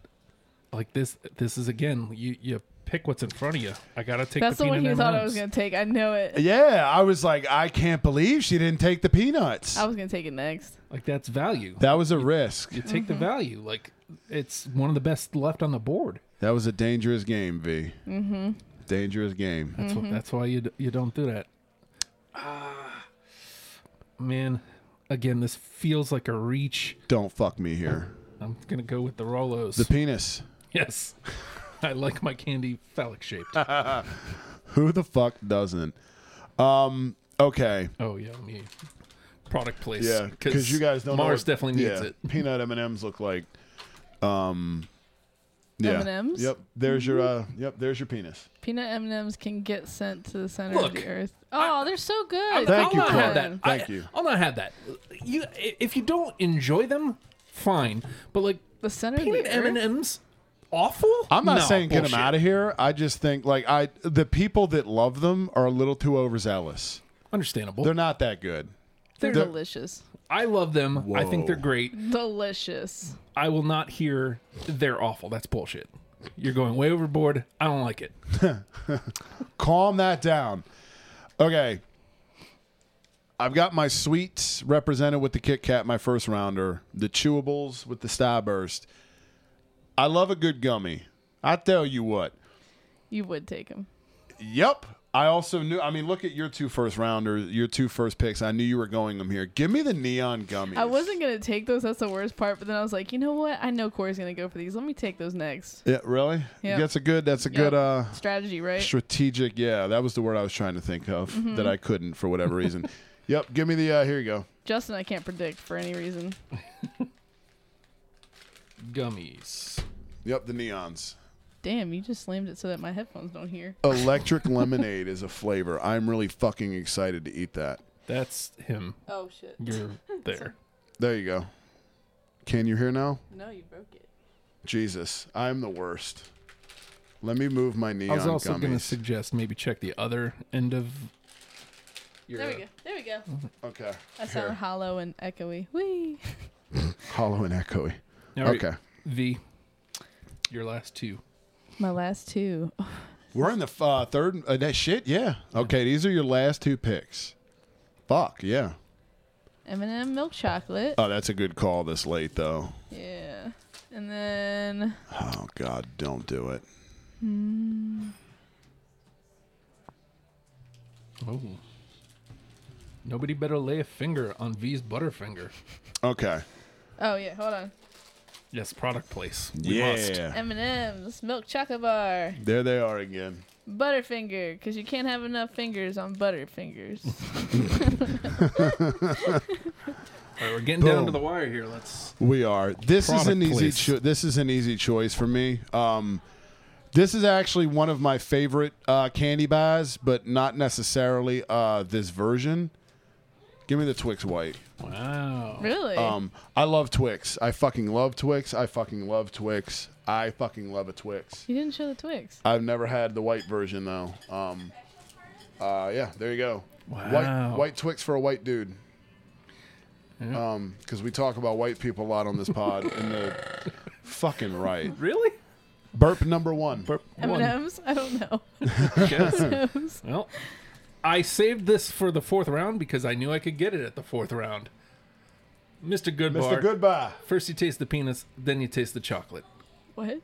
[SPEAKER 2] like this this is again, you you pick what's in front of you. I got to take
[SPEAKER 3] that's the,
[SPEAKER 2] the
[SPEAKER 3] one
[SPEAKER 2] peanut
[SPEAKER 3] you thought I was
[SPEAKER 2] M&Ms.
[SPEAKER 3] gonna take. I know it.
[SPEAKER 1] Yeah, I was like, I can't believe she didn't take the peanuts.
[SPEAKER 3] I was gonna Mm-hmm. take it next.
[SPEAKER 2] Like that's value.
[SPEAKER 1] that was a risk.
[SPEAKER 2] you take the value. Like it's one of the best left on the board.
[SPEAKER 1] That was a dangerous game, V. Mm-hmm. Dangerous game.
[SPEAKER 2] That's wh- that's why you d- you don't do that. Ah, man. Again, this feels like a reach.
[SPEAKER 1] Don't fuck me here.
[SPEAKER 2] I'm gonna go with the Rolos.
[SPEAKER 1] The penis.
[SPEAKER 2] yes, I like my candy phallic shaped.
[SPEAKER 1] Who the fuck doesn't? Um. Okay.
[SPEAKER 2] oh yeah, let me product place.
[SPEAKER 1] Yeah. Because you guys don't. know
[SPEAKER 2] Mars
[SPEAKER 1] what-
[SPEAKER 2] definitely needs
[SPEAKER 1] yeah,
[SPEAKER 2] it.
[SPEAKER 1] Peanut M and M's look like. Um. Yeah.
[SPEAKER 3] M&Ms?
[SPEAKER 1] Yep. There's your. Uh, yep. There's your penis.
[SPEAKER 3] Peanut M Ms can get sent to the center
[SPEAKER 2] Look,
[SPEAKER 3] of the earth. Oh, they're so good.
[SPEAKER 1] Thank
[SPEAKER 2] I'll
[SPEAKER 1] you,
[SPEAKER 2] not
[SPEAKER 1] Carl.
[SPEAKER 2] have that.
[SPEAKER 1] Thank
[SPEAKER 2] I,
[SPEAKER 1] you.
[SPEAKER 2] I'll not have that. You, i- if you don't enjoy them, fine. But like
[SPEAKER 3] The center
[SPEAKER 2] peanut
[SPEAKER 3] of the earth.
[SPEAKER 2] M and M's, awful.
[SPEAKER 1] I'm not
[SPEAKER 2] No,
[SPEAKER 1] saying get
[SPEAKER 2] bullshit.
[SPEAKER 1] them out of here. I just think like I the people that love them are a little too overzealous.
[SPEAKER 2] Understandable.
[SPEAKER 1] They're not that good.
[SPEAKER 3] They're
[SPEAKER 1] They're-
[SPEAKER 3] delicious.
[SPEAKER 2] I love them. I think they're
[SPEAKER 1] Whoa.
[SPEAKER 2] great.
[SPEAKER 3] Delicious.
[SPEAKER 2] I will not hear they're awful. That's bullshit. You're going way overboard. I don't like it.
[SPEAKER 1] Calm that down. Okay. I've got my sweets represented with the Kit Kat, my first rounder, the chewables with the Starburst. I love a good gummy. I tell you what.
[SPEAKER 3] You would take them.
[SPEAKER 1] Yep. I also knew. I mean, look at your two first rounders, your two first picks. I knew you were going them here. Give me the neon gummies.
[SPEAKER 3] I wasn't gonna take those. That's the worst part. But then I was like, you know what? I know Corey's gonna go for these. Let me take those next.
[SPEAKER 1] Yeah, really?
[SPEAKER 3] Yep.
[SPEAKER 1] That's a good. That's a good. uh
[SPEAKER 3] Strategy, right? Mm-hmm.
[SPEAKER 1] Strategic. Yeah, that was the word I was trying to think of that I couldn't for whatever reason. yep. Give me the. uh Here you go.
[SPEAKER 3] Justin, I can't predict for any reason.
[SPEAKER 2] Gummies.
[SPEAKER 1] Yep. The neons.
[SPEAKER 3] Damn, you just slammed it so that my headphones don't hear.
[SPEAKER 1] Electric lemonade is a flavor. I'm really fucking excited to eat that.
[SPEAKER 2] That's him.
[SPEAKER 3] Oh shit!
[SPEAKER 2] You're there.
[SPEAKER 1] There you go. Can you hear now?
[SPEAKER 3] No, you broke it.
[SPEAKER 1] Jesus, I'm the worst. Let me move my neon
[SPEAKER 2] I was also going to
[SPEAKER 1] gummies.
[SPEAKER 2] suggest maybe check the other end of your.
[SPEAKER 3] There we go. There we go.
[SPEAKER 1] okay.
[SPEAKER 3] I sound hollow and echoey. Whee.
[SPEAKER 1] Hollow and echoey.
[SPEAKER 2] All right,
[SPEAKER 1] Okay.
[SPEAKER 2] uh, V. Your last two.
[SPEAKER 3] My last two.
[SPEAKER 1] We're in the uh, third. Uh, that shit. Yeah. Okay. These are your last two picks. Fuck yeah.
[SPEAKER 3] M&M milk chocolate.
[SPEAKER 1] Oh, that's a good call this late though.
[SPEAKER 3] Yeah. And then
[SPEAKER 1] Oh God, don't do it.
[SPEAKER 2] Oh. Nobody better lay a finger on V's Butterfinger.
[SPEAKER 1] Okay.
[SPEAKER 3] oh yeah, hold on.
[SPEAKER 2] Yes, product place. We
[SPEAKER 1] yeah.
[SPEAKER 2] must.
[SPEAKER 3] M&M's milk chocolate bar.
[SPEAKER 1] There they are again.
[SPEAKER 3] Butterfinger, because you can't have enough fingers on Butterfingers.
[SPEAKER 2] All right, we're getting down to
[SPEAKER 1] Boom.
[SPEAKER 2] the wire here. Let's.
[SPEAKER 1] We are. This is
[SPEAKER 2] Product
[SPEAKER 1] an easy.
[SPEAKER 2] place.
[SPEAKER 1] Cho- this is an easy choice for me. Um, this is actually one of my favorite uh, candy bars, but not necessarily uh, this version. Give me the Twix White.
[SPEAKER 2] Wow.
[SPEAKER 3] really?
[SPEAKER 1] Um, I love Twix. I fucking love Twix. I fucking love Twix. I fucking love a Twix.
[SPEAKER 3] you didn't show the Twix.
[SPEAKER 1] I've never had the white version though. Um, uh, yeah, there you go.
[SPEAKER 2] Wow.
[SPEAKER 1] White, white Twix for a white dude.
[SPEAKER 2] Yeah.
[SPEAKER 1] Um, because we talk about white people a lot on this pod, and they're fucking right.
[SPEAKER 2] Really?
[SPEAKER 1] Burp number one.
[SPEAKER 2] Burp one.
[SPEAKER 3] M&M's? I don't know.
[SPEAKER 2] Yes. Well, I saved this for the fourth round because I knew I could get it at the fourth round. Mr. Goodbar.
[SPEAKER 1] Mr. Goodbye.
[SPEAKER 2] First you taste the penis, then you taste the chocolate.
[SPEAKER 3] what?
[SPEAKER 2] It's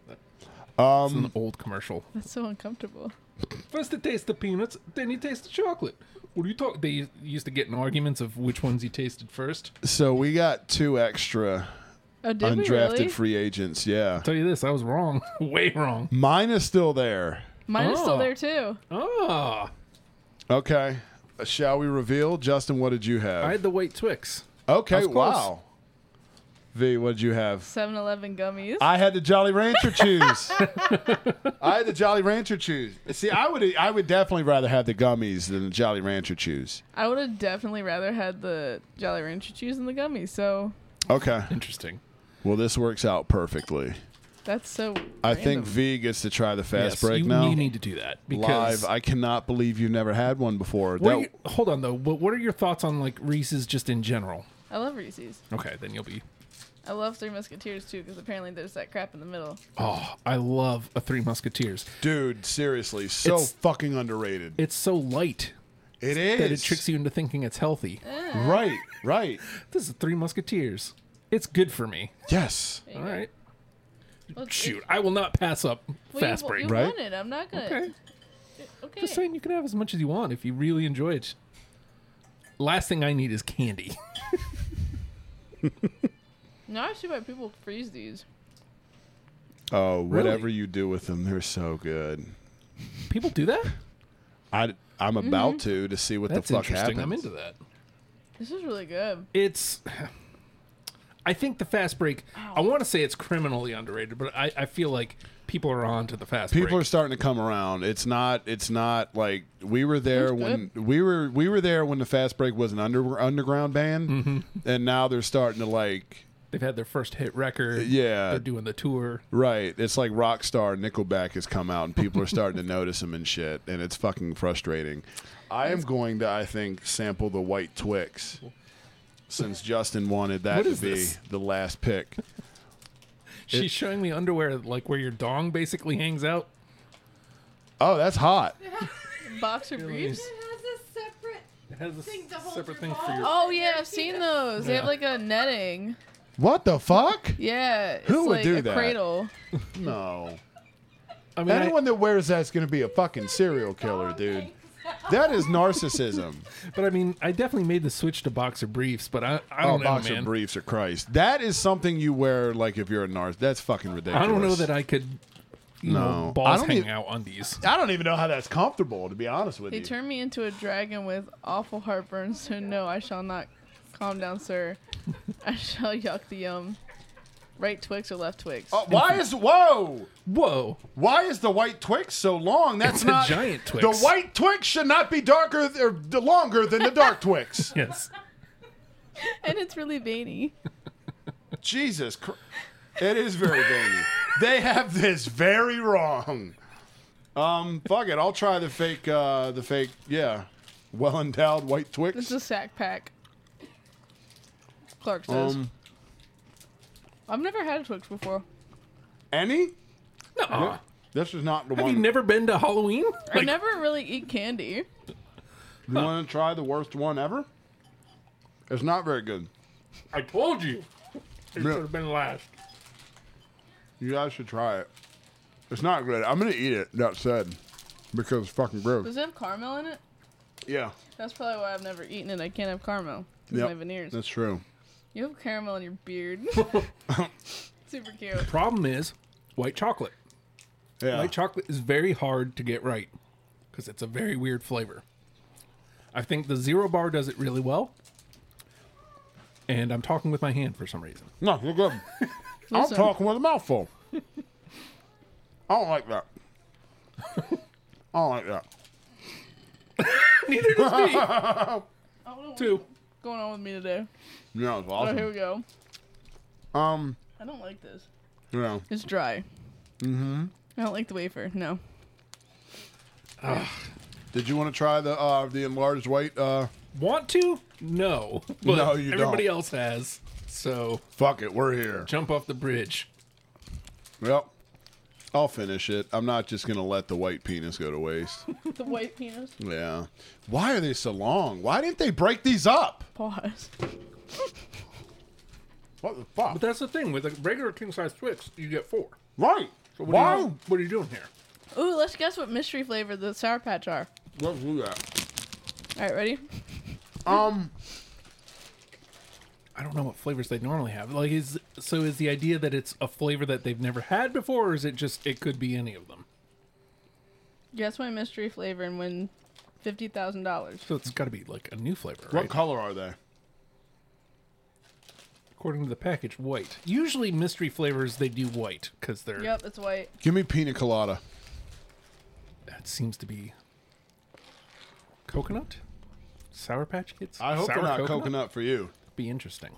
[SPEAKER 1] Um,
[SPEAKER 2] an old commercial.
[SPEAKER 3] That's so uncomfortable.
[SPEAKER 2] First you taste the peanuts, then you taste the chocolate. What are you talking? They used to get in arguments of which ones you tasted first.
[SPEAKER 1] So we got two extra
[SPEAKER 3] Oh, did we
[SPEAKER 1] undrafted
[SPEAKER 3] really?
[SPEAKER 1] free agents. Yeah.
[SPEAKER 2] tell you this, I was wrong, way wrong.
[SPEAKER 1] Mine is still there.
[SPEAKER 3] Mine is still
[SPEAKER 2] Oh.
[SPEAKER 3] there too.
[SPEAKER 2] Ah,
[SPEAKER 1] Okay. Uh, Shall we reveal, Justin? What did you have?
[SPEAKER 2] I had the white Twix. I
[SPEAKER 1] okay,
[SPEAKER 2] was close.
[SPEAKER 1] wow. V, what did you have?
[SPEAKER 3] 7-Eleven gummies.
[SPEAKER 1] I had the Jolly Rancher choose. I had the Jolly Rancher choose. See, I would I would definitely rather have the gummies than the Jolly Rancher choose.
[SPEAKER 3] I would have definitely rather had the Jolly Rancher cheese and the gummies. So
[SPEAKER 1] Okay.
[SPEAKER 2] Interesting.
[SPEAKER 1] Well, this works out perfectly.
[SPEAKER 3] that's so.
[SPEAKER 1] I
[SPEAKER 3] random.
[SPEAKER 1] think V gets to try the fast
[SPEAKER 2] Yes,
[SPEAKER 1] break
[SPEAKER 2] you,
[SPEAKER 1] now.
[SPEAKER 2] you need to do that because
[SPEAKER 1] Live. I cannot believe you never had one before.
[SPEAKER 2] What are
[SPEAKER 1] That-
[SPEAKER 2] your- hold on though. What, what are your thoughts on like Reese's just in general?
[SPEAKER 3] I love Reese's.
[SPEAKER 2] Okay, then you'll be.
[SPEAKER 3] I love Three Musketeers too because apparently there's that crap in the middle.
[SPEAKER 2] Oh, I love a Three Musketeers.
[SPEAKER 1] dude, seriously, so
[SPEAKER 2] It's-
[SPEAKER 1] fucking underrated.
[SPEAKER 2] It's so light
[SPEAKER 1] it is.
[SPEAKER 2] that it tricks you into thinking it's healthy.
[SPEAKER 1] Right, right.
[SPEAKER 2] This is Three Musketeers. It's good for me.
[SPEAKER 1] Yes.
[SPEAKER 2] All right.
[SPEAKER 3] Well, it-
[SPEAKER 2] Shoot, I will not pass up
[SPEAKER 3] well, you-
[SPEAKER 2] fast break.
[SPEAKER 3] You
[SPEAKER 1] right?
[SPEAKER 3] won it. I'm not gonna.
[SPEAKER 2] Okay.
[SPEAKER 3] Okay.
[SPEAKER 2] Just saying, you can have as much as you want if you really enjoy it. Last thing I need is candy.
[SPEAKER 3] Now I see why people freeze these.
[SPEAKER 1] Oh, whatever
[SPEAKER 2] Really?
[SPEAKER 1] you do with them, they're so good.
[SPEAKER 2] People do that?
[SPEAKER 1] I I'm about to to see what
[SPEAKER 2] Mm-hmm. That's
[SPEAKER 1] the fuck
[SPEAKER 2] interesting.
[SPEAKER 1] happens.
[SPEAKER 2] I'm into that.
[SPEAKER 3] This is really good.
[SPEAKER 2] It's. I think the fast break. I want to say it's criminally underrated, but I, I feel like people are on to the fast
[SPEAKER 1] People
[SPEAKER 2] break.
[SPEAKER 1] are starting to come around. It's not. It's not like we were there
[SPEAKER 3] That's
[SPEAKER 1] when we were we were there when the fast break was an under, underground band,
[SPEAKER 2] Mm-hmm.
[SPEAKER 1] and now they're starting to like
[SPEAKER 2] They've had their first hit record.
[SPEAKER 1] yeah
[SPEAKER 2] They're doing the tour.
[SPEAKER 1] Right. It's like rock star Nickelback has come out and people are starting to notice him and shit, and it's fucking frustrating. I am going to, I think, sample the white Twix since Justin wanted that
[SPEAKER 2] What
[SPEAKER 1] to
[SPEAKER 2] is
[SPEAKER 1] be
[SPEAKER 2] this?
[SPEAKER 1] the last pick.
[SPEAKER 2] She's showing me underwear like where your dong basically hangs out.
[SPEAKER 1] Oh, that's hot.
[SPEAKER 3] Boxer briefs.
[SPEAKER 4] has a separate.
[SPEAKER 2] It has a
[SPEAKER 4] Thing to hold
[SPEAKER 2] separate
[SPEAKER 4] your
[SPEAKER 2] thing for
[SPEAKER 4] balls.
[SPEAKER 2] your.
[SPEAKER 3] Oh yeah, I've seen those. They have
[SPEAKER 2] Yeah.
[SPEAKER 3] like a netting.
[SPEAKER 1] What the fuck?
[SPEAKER 3] Yeah, it's
[SPEAKER 1] Who would
[SPEAKER 3] like
[SPEAKER 1] do
[SPEAKER 3] a
[SPEAKER 1] that?
[SPEAKER 3] cradle.
[SPEAKER 1] No.
[SPEAKER 2] I mean, I-
[SPEAKER 1] Anyone that wears that's going to be a fucking serial killer, dude. That is narcissism.
[SPEAKER 2] but I mean, I definitely made the switch to boxer briefs. But I, I don't
[SPEAKER 1] Oh,
[SPEAKER 2] know,
[SPEAKER 1] boxer
[SPEAKER 2] man.
[SPEAKER 1] briefs or Christ. That is something you wear like if you're a narc. That's fucking ridiculous.
[SPEAKER 2] I don't know that I could. You
[SPEAKER 1] No.
[SPEAKER 2] know,
[SPEAKER 1] I
[SPEAKER 2] balls
[SPEAKER 1] don't
[SPEAKER 2] hanging
[SPEAKER 1] even-
[SPEAKER 2] out on these.
[SPEAKER 1] I don't even know how that's comfortable, to be honest with
[SPEAKER 3] They
[SPEAKER 1] you.
[SPEAKER 3] turned me into a dragon with awful heartburn, so no, I shall not calm down, sir. I shall yuck the um right twix or left twix.
[SPEAKER 1] Uh, why is whoa?
[SPEAKER 2] Whoa!
[SPEAKER 1] Why is the white Twix so long? That's
[SPEAKER 2] It's a
[SPEAKER 1] not
[SPEAKER 2] giant Twix.
[SPEAKER 1] The white Twix should not be darker th- or d- longer than the dark Twix.
[SPEAKER 2] Yes.
[SPEAKER 3] And it's really veiny.
[SPEAKER 1] Jesus, Chr- it is very veiny. They have this very wrong. Um, fuck it. I'll try the fake. Uh, the fake. Yeah, well endowed white
[SPEAKER 3] It's
[SPEAKER 1] Twix.
[SPEAKER 3] a sack pack. Clark says.
[SPEAKER 1] Um,
[SPEAKER 3] I've never had a twix before.
[SPEAKER 1] any?
[SPEAKER 2] No.
[SPEAKER 1] This is not the
[SPEAKER 2] Have you
[SPEAKER 1] one.
[SPEAKER 2] never been to Halloween?
[SPEAKER 3] I
[SPEAKER 2] Like,
[SPEAKER 3] never really eat candy.
[SPEAKER 1] you want to try the worst one ever? It's not very good.
[SPEAKER 2] I told you. It
[SPEAKER 1] Yeah.
[SPEAKER 2] should have been last.
[SPEAKER 1] You guys should try it. It's not good. I'm gonna eat it. That said, because it's fucking gross.
[SPEAKER 3] Does it have caramel in it?
[SPEAKER 1] Yeah,
[SPEAKER 3] That's probably why I've never eaten it. I can't have caramel. 'cause
[SPEAKER 1] Yep.
[SPEAKER 3] My veneers.
[SPEAKER 1] that's true.
[SPEAKER 3] You have caramel in your beard. Super cute.
[SPEAKER 2] Problem is, white chocolate.
[SPEAKER 1] Yeah,
[SPEAKER 2] White chocolate is very hard to get right because it's a very weird flavor. I think the zero bar does it really well. And I'm talking with my hand for some reason.
[SPEAKER 1] no, you're good. I'm
[SPEAKER 3] Listen.
[SPEAKER 1] talking with a mouthful. I don't like that. I don't like that.
[SPEAKER 2] Neither does me.
[SPEAKER 3] I don't know what's
[SPEAKER 2] Two.
[SPEAKER 3] going on with me today.
[SPEAKER 1] Yeah, it's
[SPEAKER 3] Oh, here
[SPEAKER 1] awesome.
[SPEAKER 3] we go.
[SPEAKER 1] Um,
[SPEAKER 3] I don't like this.
[SPEAKER 1] you know,
[SPEAKER 3] It's dry. Mm-hmm. I don't like the wafer. No.
[SPEAKER 1] did you want to try the uh the enlarged white? Uh,
[SPEAKER 2] Want to? No. But
[SPEAKER 1] No, you don't.
[SPEAKER 2] everybody else has. So
[SPEAKER 1] fuck it, we're here.
[SPEAKER 2] jump off the bridge.
[SPEAKER 1] Well, I'll finish it. I'm not just gonna let the white penis go to waste.
[SPEAKER 3] The white penis.
[SPEAKER 1] yeah. Why are they so long? Why didn't they break these up?
[SPEAKER 3] Pause.
[SPEAKER 1] What the fuck?
[SPEAKER 2] But that's the thing with a regular king size Twix, you get four.
[SPEAKER 1] Right.
[SPEAKER 2] What Are you, what are you doing here?
[SPEAKER 3] Ooh, let's guess what mystery flavor the Sour Patch are.
[SPEAKER 1] Let's do that.
[SPEAKER 3] All right, ready?
[SPEAKER 1] Um,
[SPEAKER 2] I don't know what flavors they normally have. Like, is so is the idea that it's a flavor that they've never had before, or is it just it could be any of them?
[SPEAKER 3] Guess my mystery flavor and win fifty thousand dollars.
[SPEAKER 2] So it's got to be like a new flavor,
[SPEAKER 1] What
[SPEAKER 2] right?
[SPEAKER 1] color are they?
[SPEAKER 2] According to the package, white. Usually mystery flavors they do white because they're
[SPEAKER 3] Yep, it's white.
[SPEAKER 1] Give me pina colada.
[SPEAKER 2] that seems to be coconut. Sour Patch Kids.
[SPEAKER 1] I hope
[SPEAKER 2] Sour
[SPEAKER 1] they're not coconut? for you.
[SPEAKER 2] Be interesting.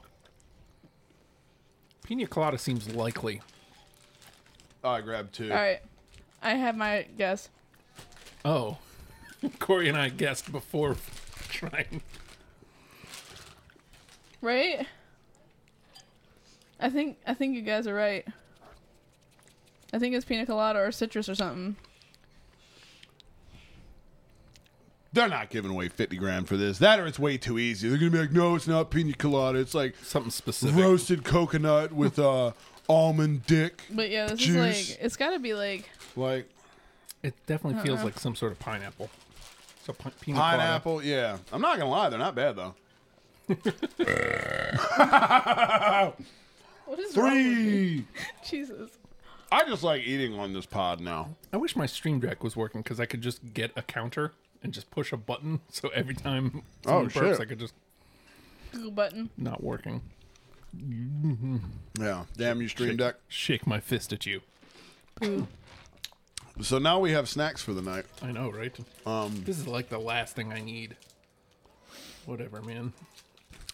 [SPEAKER 2] Pina colada seems likely.
[SPEAKER 1] I grabbed two.
[SPEAKER 3] All right, I have my guess.
[SPEAKER 2] Oh, Corey and I guessed before trying.
[SPEAKER 3] Right? I think I think you guys are right. I think it's pina colada or citrus or something.
[SPEAKER 1] They're not giving away 50 grand for this. That or it's way too easy. They're going to be like, no, it's not pina colada. It's like
[SPEAKER 2] Something specific.
[SPEAKER 1] roasted coconut with uh, almond dick.
[SPEAKER 3] But yeah, this
[SPEAKER 1] Juice.
[SPEAKER 3] is like it's got to be like
[SPEAKER 1] Like
[SPEAKER 2] It definitely feels like some sort of pineapple. So pi- pina colada.
[SPEAKER 1] pineapple. Yeah. I'm not going to lie. They're not bad, though.
[SPEAKER 3] what is wrong with you?
[SPEAKER 1] Three.
[SPEAKER 3] Jesus.
[SPEAKER 1] I just like eating on this pod now.
[SPEAKER 2] I wish my stream deck was working because I could just get a counter and just push a button. So every time someone
[SPEAKER 1] Oh,
[SPEAKER 2] burps,
[SPEAKER 1] shit.
[SPEAKER 2] I could just
[SPEAKER 3] Google button.
[SPEAKER 2] not working.
[SPEAKER 1] Yeah. Damn you, Stream Deck.
[SPEAKER 2] Shake my fist at you.
[SPEAKER 1] So now we have snacks for the night.
[SPEAKER 2] I know, right? Um, this is like the last thing I need. Whatever, man.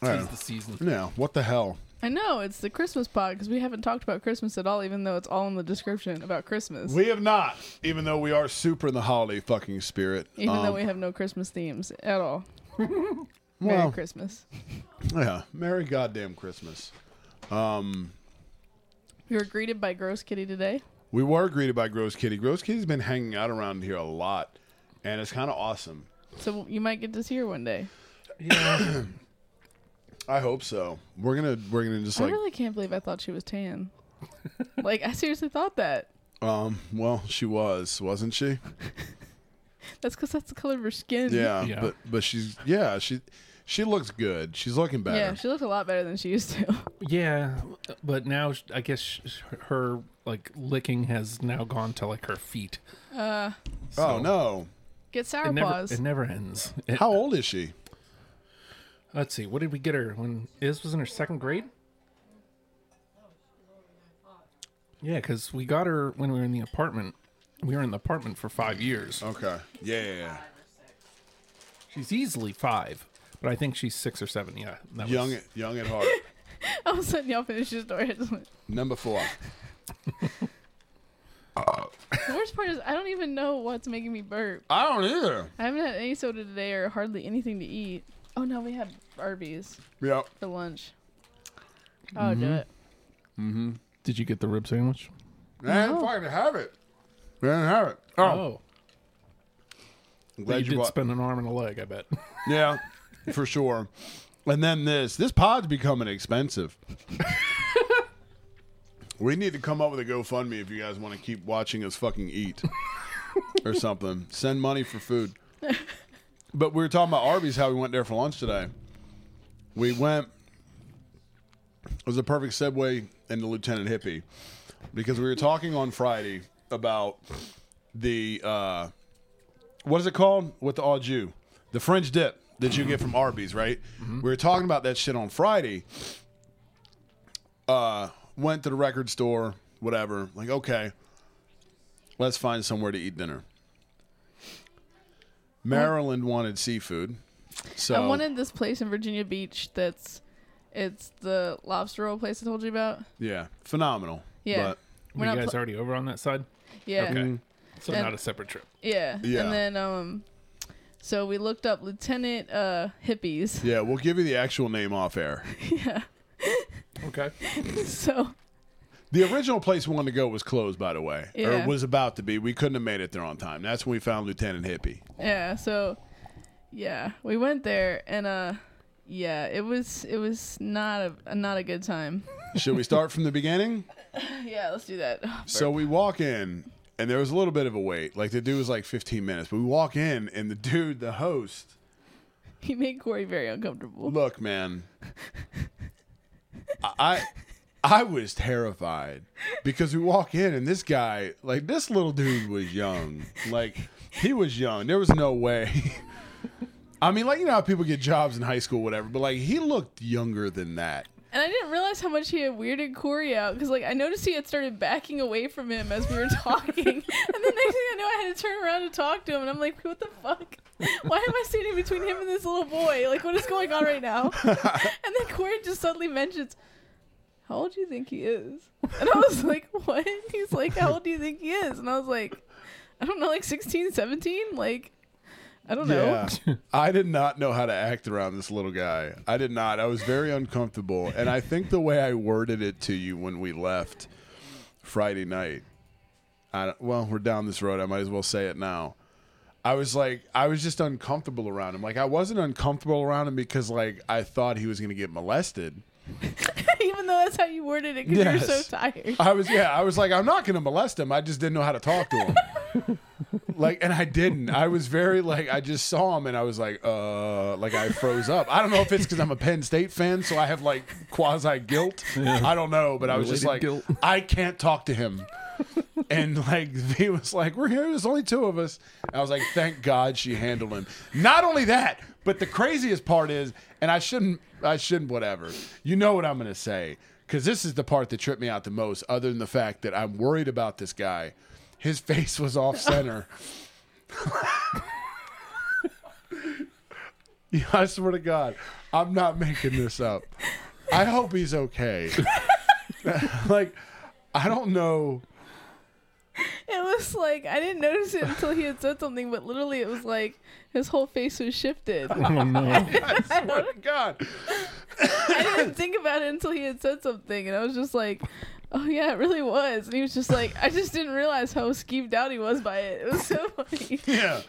[SPEAKER 1] I
[SPEAKER 2] Tis
[SPEAKER 1] don't
[SPEAKER 2] the season.
[SPEAKER 1] know. Yeah. What the hell?
[SPEAKER 3] I know it's the Christmas pod because we haven't talked about Christmas at all, even though it's all in the description about Christmas.
[SPEAKER 1] We have not, even though we are super in the holiday fucking spirit.
[SPEAKER 3] even though
[SPEAKER 1] Um,
[SPEAKER 3] we have no Christmas themes at all. Merry
[SPEAKER 1] Well.
[SPEAKER 3] Christmas.
[SPEAKER 1] yeah. Merry goddamn Christmas.
[SPEAKER 3] We were greeted by Gross Kitty today.
[SPEAKER 1] We were greeted by Gross Kitty. Gross Kitty's been hanging out around here a lot, and it's kind of awesome.
[SPEAKER 3] So you might get to see her one day.
[SPEAKER 2] Yeah.
[SPEAKER 1] I hope so. We're gonna we're gonna just like
[SPEAKER 3] I really can't believe I thought she was tan. like I seriously thought that.
[SPEAKER 1] um well she was wasn't she
[SPEAKER 3] That's because that's the color of her skin.
[SPEAKER 1] yeah,
[SPEAKER 2] Yeah.
[SPEAKER 1] but but she's yeah she she looks good she's looking better
[SPEAKER 3] Yeah, she looked a lot better than she used to.
[SPEAKER 2] yeah, but now sh- I guess sh- her like licking has now gone to like her feet.
[SPEAKER 3] Uh,
[SPEAKER 1] oh no
[SPEAKER 3] get sour
[SPEAKER 2] It never,
[SPEAKER 3] paws.
[SPEAKER 2] it never ends. It-
[SPEAKER 1] how old is she
[SPEAKER 2] Let's see. What did we get her when Iz was in her second grade? Yeah, because we got her when we were in the apartment. We were in the apartment for five years.
[SPEAKER 1] okay yeah yeah, yeah.
[SPEAKER 2] She's easily five, but I think she's six or seven. Yeah, that
[SPEAKER 1] young
[SPEAKER 2] Was,
[SPEAKER 1] young at heart
[SPEAKER 3] All of a sudden, y'all finish your story. I just went-
[SPEAKER 1] number four
[SPEAKER 3] The worst part is I don't even know what's making me burp.
[SPEAKER 1] I don't either
[SPEAKER 3] I haven't had any soda today or hardly anything to eat. Oh no, we had Arby's
[SPEAKER 1] yep
[SPEAKER 3] for lunch. Oh, do it.
[SPEAKER 1] Mm-hmm.
[SPEAKER 2] did you get the rib sandwich?
[SPEAKER 1] they didn't fucking have it they didn't have it oh,
[SPEAKER 2] Oh,
[SPEAKER 1] I'm
[SPEAKER 2] but
[SPEAKER 1] glad
[SPEAKER 2] you did
[SPEAKER 1] brought-
[SPEAKER 2] spend an arm and a leg. I bet.
[SPEAKER 1] yeah for sure and then this this pod's becoming expensive. we need to come up with a GoFundMe if you guys want to keep watching us fucking eat or something. Send money for food. But we were talking about Arby's, how we went there for lunch today. We went. It was a perfect segue into Lieutenant Hippie because we were talking on Friday about the uh, what is it called with the au jus, the French dip that you get from Arby's, right? We were talking about that shit on Friday uh, went to the record store, whatever. Like, okay, let's find somewhere to eat dinner. Maryland wanted seafood, so
[SPEAKER 3] I wanted this place in Virginia Beach. That's it's the lobster roll place I told you about.
[SPEAKER 1] yeah, phenomenal.
[SPEAKER 3] Yeah,
[SPEAKER 1] but
[SPEAKER 2] Were
[SPEAKER 3] We're
[SPEAKER 2] you
[SPEAKER 3] not
[SPEAKER 2] guys
[SPEAKER 3] pl-
[SPEAKER 2] already over on that side?
[SPEAKER 3] yeah.
[SPEAKER 2] Okay, so
[SPEAKER 3] And-
[SPEAKER 2] not a separate trip.
[SPEAKER 3] Yeah.
[SPEAKER 1] Yeah.
[SPEAKER 3] And then um so we looked up Lieutenant uh hippies.
[SPEAKER 1] yeah, we'll give you the actual name off air.
[SPEAKER 2] Okay.
[SPEAKER 3] So
[SPEAKER 1] The original place we wanted to go was closed, by the way,
[SPEAKER 3] Yeah.
[SPEAKER 1] or was about to be. We couldn't have made it there on time. That's when we found Lieutenant Hippie.
[SPEAKER 3] yeah, so yeah, we went there and uh yeah, it was it was not a not a good time.
[SPEAKER 1] Should we start from the beginning?
[SPEAKER 3] yeah, let's do that.
[SPEAKER 1] So we walk in, and there was a little bit of a wait. Like the dude was like 15 minutes, but we walk in, and the dude, the host,
[SPEAKER 3] He made Corey very uncomfortable.
[SPEAKER 1] Look, man, I I was terrified because we walk in and this guy, like this little dude, was young. Like he was young. There was no way I mean, like you know how people get jobs in high school, whatever. But like he looked younger than that.
[SPEAKER 3] And I didn't realize how much he had weirded Corey out because, like, I noticed he had started backing away from him as we were talking. and the next thing I know, I had to turn around to talk to him, and I'm like, "What the fuck? Why am I standing between him and this little boy? Like, what is going on right now?" and then Corey just suddenly mentions, "How old do you think he is?" And I was like, "What?" He's like, "How old do you think he is?" And I was like, "I don't know, like 16, 17, like." I don't know.
[SPEAKER 1] Yeah. I did not know how to act around this little guy. I did not. I was very uncomfortable. And I think the way I worded it to you when we left Friday night, I don't- well, we're down this road. I might as well say it now. I was like, I was just uncomfortable around him. Like, I wasn't uncomfortable around him because, like, I thought he was going to get molested.
[SPEAKER 3] Even though that's how you worded it because you're
[SPEAKER 1] Yes.
[SPEAKER 3] so tired.
[SPEAKER 1] I was yeah, I was like, I'm not gonna molest him. I just didn't know how to talk to him. like and I didn't. I was very like I just saw him and I was like, uh like I froze up. I don't know if it's because I'm a Penn State fan, so I have like quasi guilt. I don't know, but I was just
[SPEAKER 2] Related
[SPEAKER 1] like
[SPEAKER 2] guilt.
[SPEAKER 1] I can't talk to him. And like he was like, We're here, there's only two of us. And I was like, Thank God she handled him. Not only that, but the craziest part is, and I shouldn't I shouldn't whatever. You know what I'm gonna say. Cause this is the part that tripped me out the most, other than the fact that I'm worried about this guy. His face was off center. Yeah, I swear to God, I'm not making this up. I hope he's okay. like, I don't know.
[SPEAKER 3] It was like I didn't notice it until he had said something, but literally it was like his whole face was shifted.
[SPEAKER 2] Oh no!
[SPEAKER 1] I swear to God.
[SPEAKER 3] I didn't think about it until he had said something, and I was just like, "Oh yeah, it really was." And he was just like, "I just didn't realize how skeeved out he was by it." It was so funny.
[SPEAKER 1] Yeah.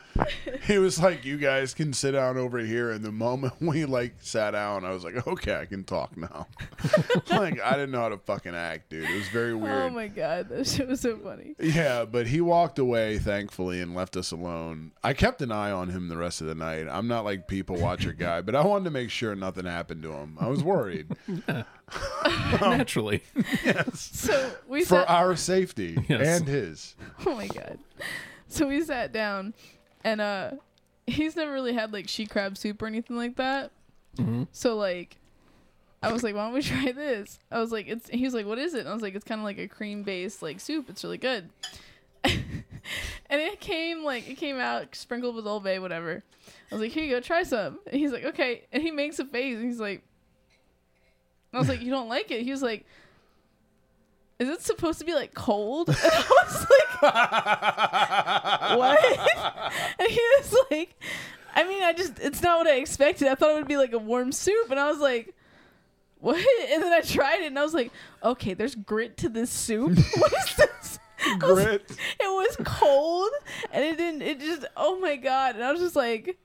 [SPEAKER 1] He was like, You guys can sit down over here. And the moment we like sat down, I was like, Okay, I can talk now. like, I didn't know how to fucking act, dude. It was very weird.
[SPEAKER 3] Oh my god, that shit was so funny.
[SPEAKER 1] Yeah, but he walked away thankfully and left us alone. I kept an eye on him the rest of the night. I'm not like people watcher guy, but I wanted to make sure nothing happened to him. I was worried
[SPEAKER 2] Naturally,
[SPEAKER 3] So we
[SPEAKER 1] for
[SPEAKER 3] sat.
[SPEAKER 1] our safety
[SPEAKER 2] Yes.
[SPEAKER 1] and his.
[SPEAKER 3] oh my god. So we sat down, and uh, he's never really had like she crab soup or anything like that. So like, I was like, why don't we try this? I was like, it's. He was like, what is it? And I was like, it's kind of like a cream based like soup. It's really good. and it came like it came out sprinkled with Old Bay, whatever. I was like, here you go, try some. And he's like, okay. And he makes a face, and he's like, and I was like, you don't like it. He was like. Is it supposed to be like cold? And I was like, what? And he was like, I mean, I just, it's not what I expected. I thought it would be like a warm soup. And I was like, what? And then I tried it and I was like, okay, there's grit to this soup. What is this? I was-
[SPEAKER 1] Grit.
[SPEAKER 3] It was cold and it didn't, it just, oh my God. And I was just like,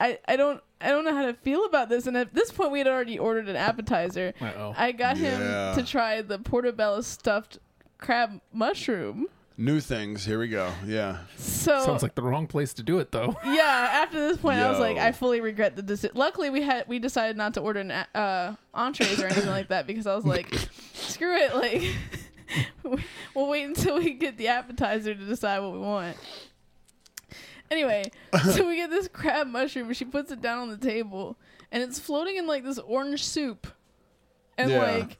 [SPEAKER 3] I, I don't, I don't know how to feel about this. And at this point, we had already ordered an appetizer.
[SPEAKER 2] Uh-oh.
[SPEAKER 3] I got
[SPEAKER 1] Yeah.
[SPEAKER 3] him to try the portobello stuffed crab mushroom.
[SPEAKER 1] New things. Here we go. Yeah.
[SPEAKER 3] So
[SPEAKER 2] sounds like the wrong place to do it though.
[SPEAKER 3] yeah after this point i was like
[SPEAKER 1] Yo.
[SPEAKER 3] i fully regret the decision luckily we had we decided not to order an a- uh entrees or anything like that because i was like screw it like we- we'll wait until we get the appetizer to decide what we want anyway so we get this crab mushroom and she puts it down on the table and it's floating in like this orange soup and
[SPEAKER 1] Yeah.
[SPEAKER 3] like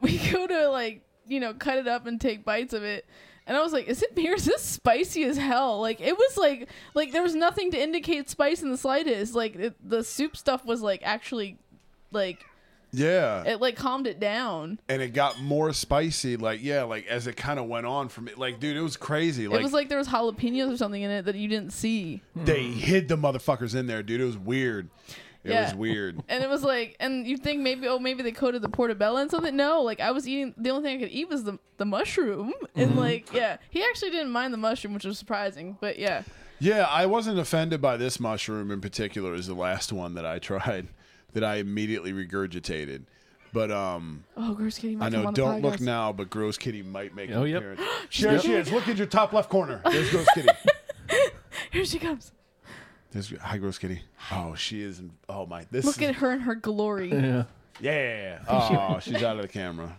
[SPEAKER 3] we go to like you know cut it up and take bites of it and i was like is it beer is this spicy as hell like it was like like there was nothing to indicate spice in the slightest like it, the soup stuff was like actually like
[SPEAKER 1] Yeah.
[SPEAKER 3] it like calmed it down
[SPEAKER 1] and it got more spicy, like, yeah, like as it kind of went on from it. Like, dude, it was crazy. Like,
[SPEAKER 3] it was like there was jalapenos or something in it that you didn't see
[SPEAKER 1] they hid the motherfuckers in there, dude. It was weird. It
[SPEAKER 3] Yeah.
[SPEAKER 1] was weird.
[SPEAKER 3] and it was like and you think maybe oh maybe they coated the portobello and something no like i was eating the only thing i could eat was the, the mushroom
[SPEAKER 1] Mm-hmm.
[SPEAKER 3] and like yeah he actually didn't mind the mushroom which was surprising but yeah
[SPEAKER 1] Yeah, I wasn't offended by this mushroom in particular. Is the last one that I tried that I immediately regurgitated. But um,
[SPEAKER 3] oh gross kitty might
[SPEAKER 1] I
[SPEAKER 3] come
[SPEAKER 1] know.
[SPEAKER 3] on
[SPEAKER 1] Don't
[SPEAKER 3] the
[SPEAKER 1] look
[SPEAKER 3] podcast.
[SPEAKER 1] now, but Gross Kitty might make
[SPEAKER 2] Oh,
[SPEAKER 1] an
[SPEAKER 2] yep.
[SPEAKER 1] appearance. There she is. Look at your top left corner. There's Gross Kitty.
[SPEAKER 3] here she comes
[SPEAKER 1] There's hi, Gross Kitty. Oh, she is. Oh my, this.
[SPEAKER 3] look
[SPEAKER 1] is,
[SPEAKER 3] at her in her glory
[SPEAKER 2] Yeah,
[SPEAKER 1] yeah. Oh, she's out of the camera.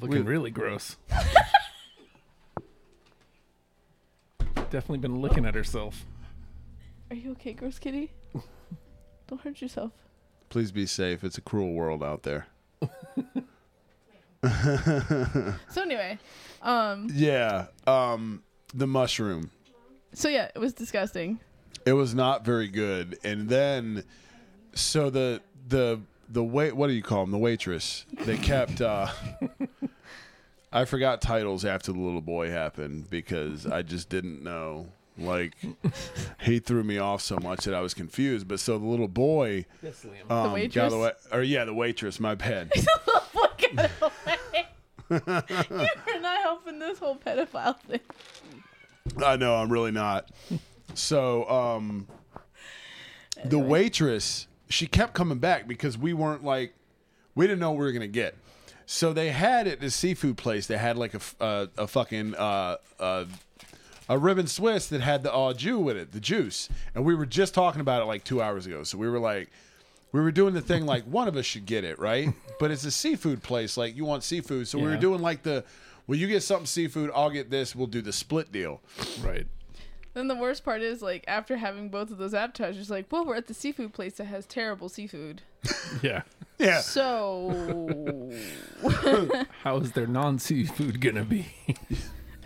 [SPEAKER 2] looking really gross. Definitely been looking at herself.
[SPEAKER 3] Are you okay, gross kitty? Don't hurt yourself.
[SPEAKER 1] Please be safe. It's a cruel world out there.
[SPEAKER 3] So anyway, um,
[SPEAKER 1] Yeah. Um, the mushroom.
[SPEAKER 3] so yeah, it was disgusting.
[SPEAKER 1] It was not very good. And then, so the the the wait. What do you call them? The waitress. They kept. Uh, I forgot titles after the little boy happened because I just didn't know. Like he threw me off so much that I was confused. But so the little boy
[SPEAKER 2] Yes, Liam.
[SPEAKER 1] um,
[SPEAKER 3] waitress?
[SPEAKER 1] got away. Or yeah, the waitress. My bad.
[SPEAKER 3] Look at You're not helping this whole pedophile thing.
[SPEAKER 1] I know, I'm really not. So, um, the waitress, she kept coming back because we weren't like, we didn't know what we were going to get. So they had at the seafood place, they had like a, f- uh, a fucking, uh, uh, a ribbon Swiss that had the au jus with it, the juice. And we were just talking about it like two hours ago. So we were like, we were doing the thing like one of us should get it, right? But it's a seafood place. Like you want seafood. So we were
[SPEAKER 2] Yeah.
[SPEAKER 1] doing like the, well, you get something seafood, I'll get this. We'll do the split deal.
[SPEAKER 2] Uh, right.
[SPEAKER 3] Then the worst part is like after having both of those appetizers, like, well, we're at the seafood place that has terrible seafood.
[SPEAKER 2] Yeah.
[SPEAKER 1] Yeah.
[SPEAKER 3] So,
[SPEAKER 2] How is their non seafood gonna be?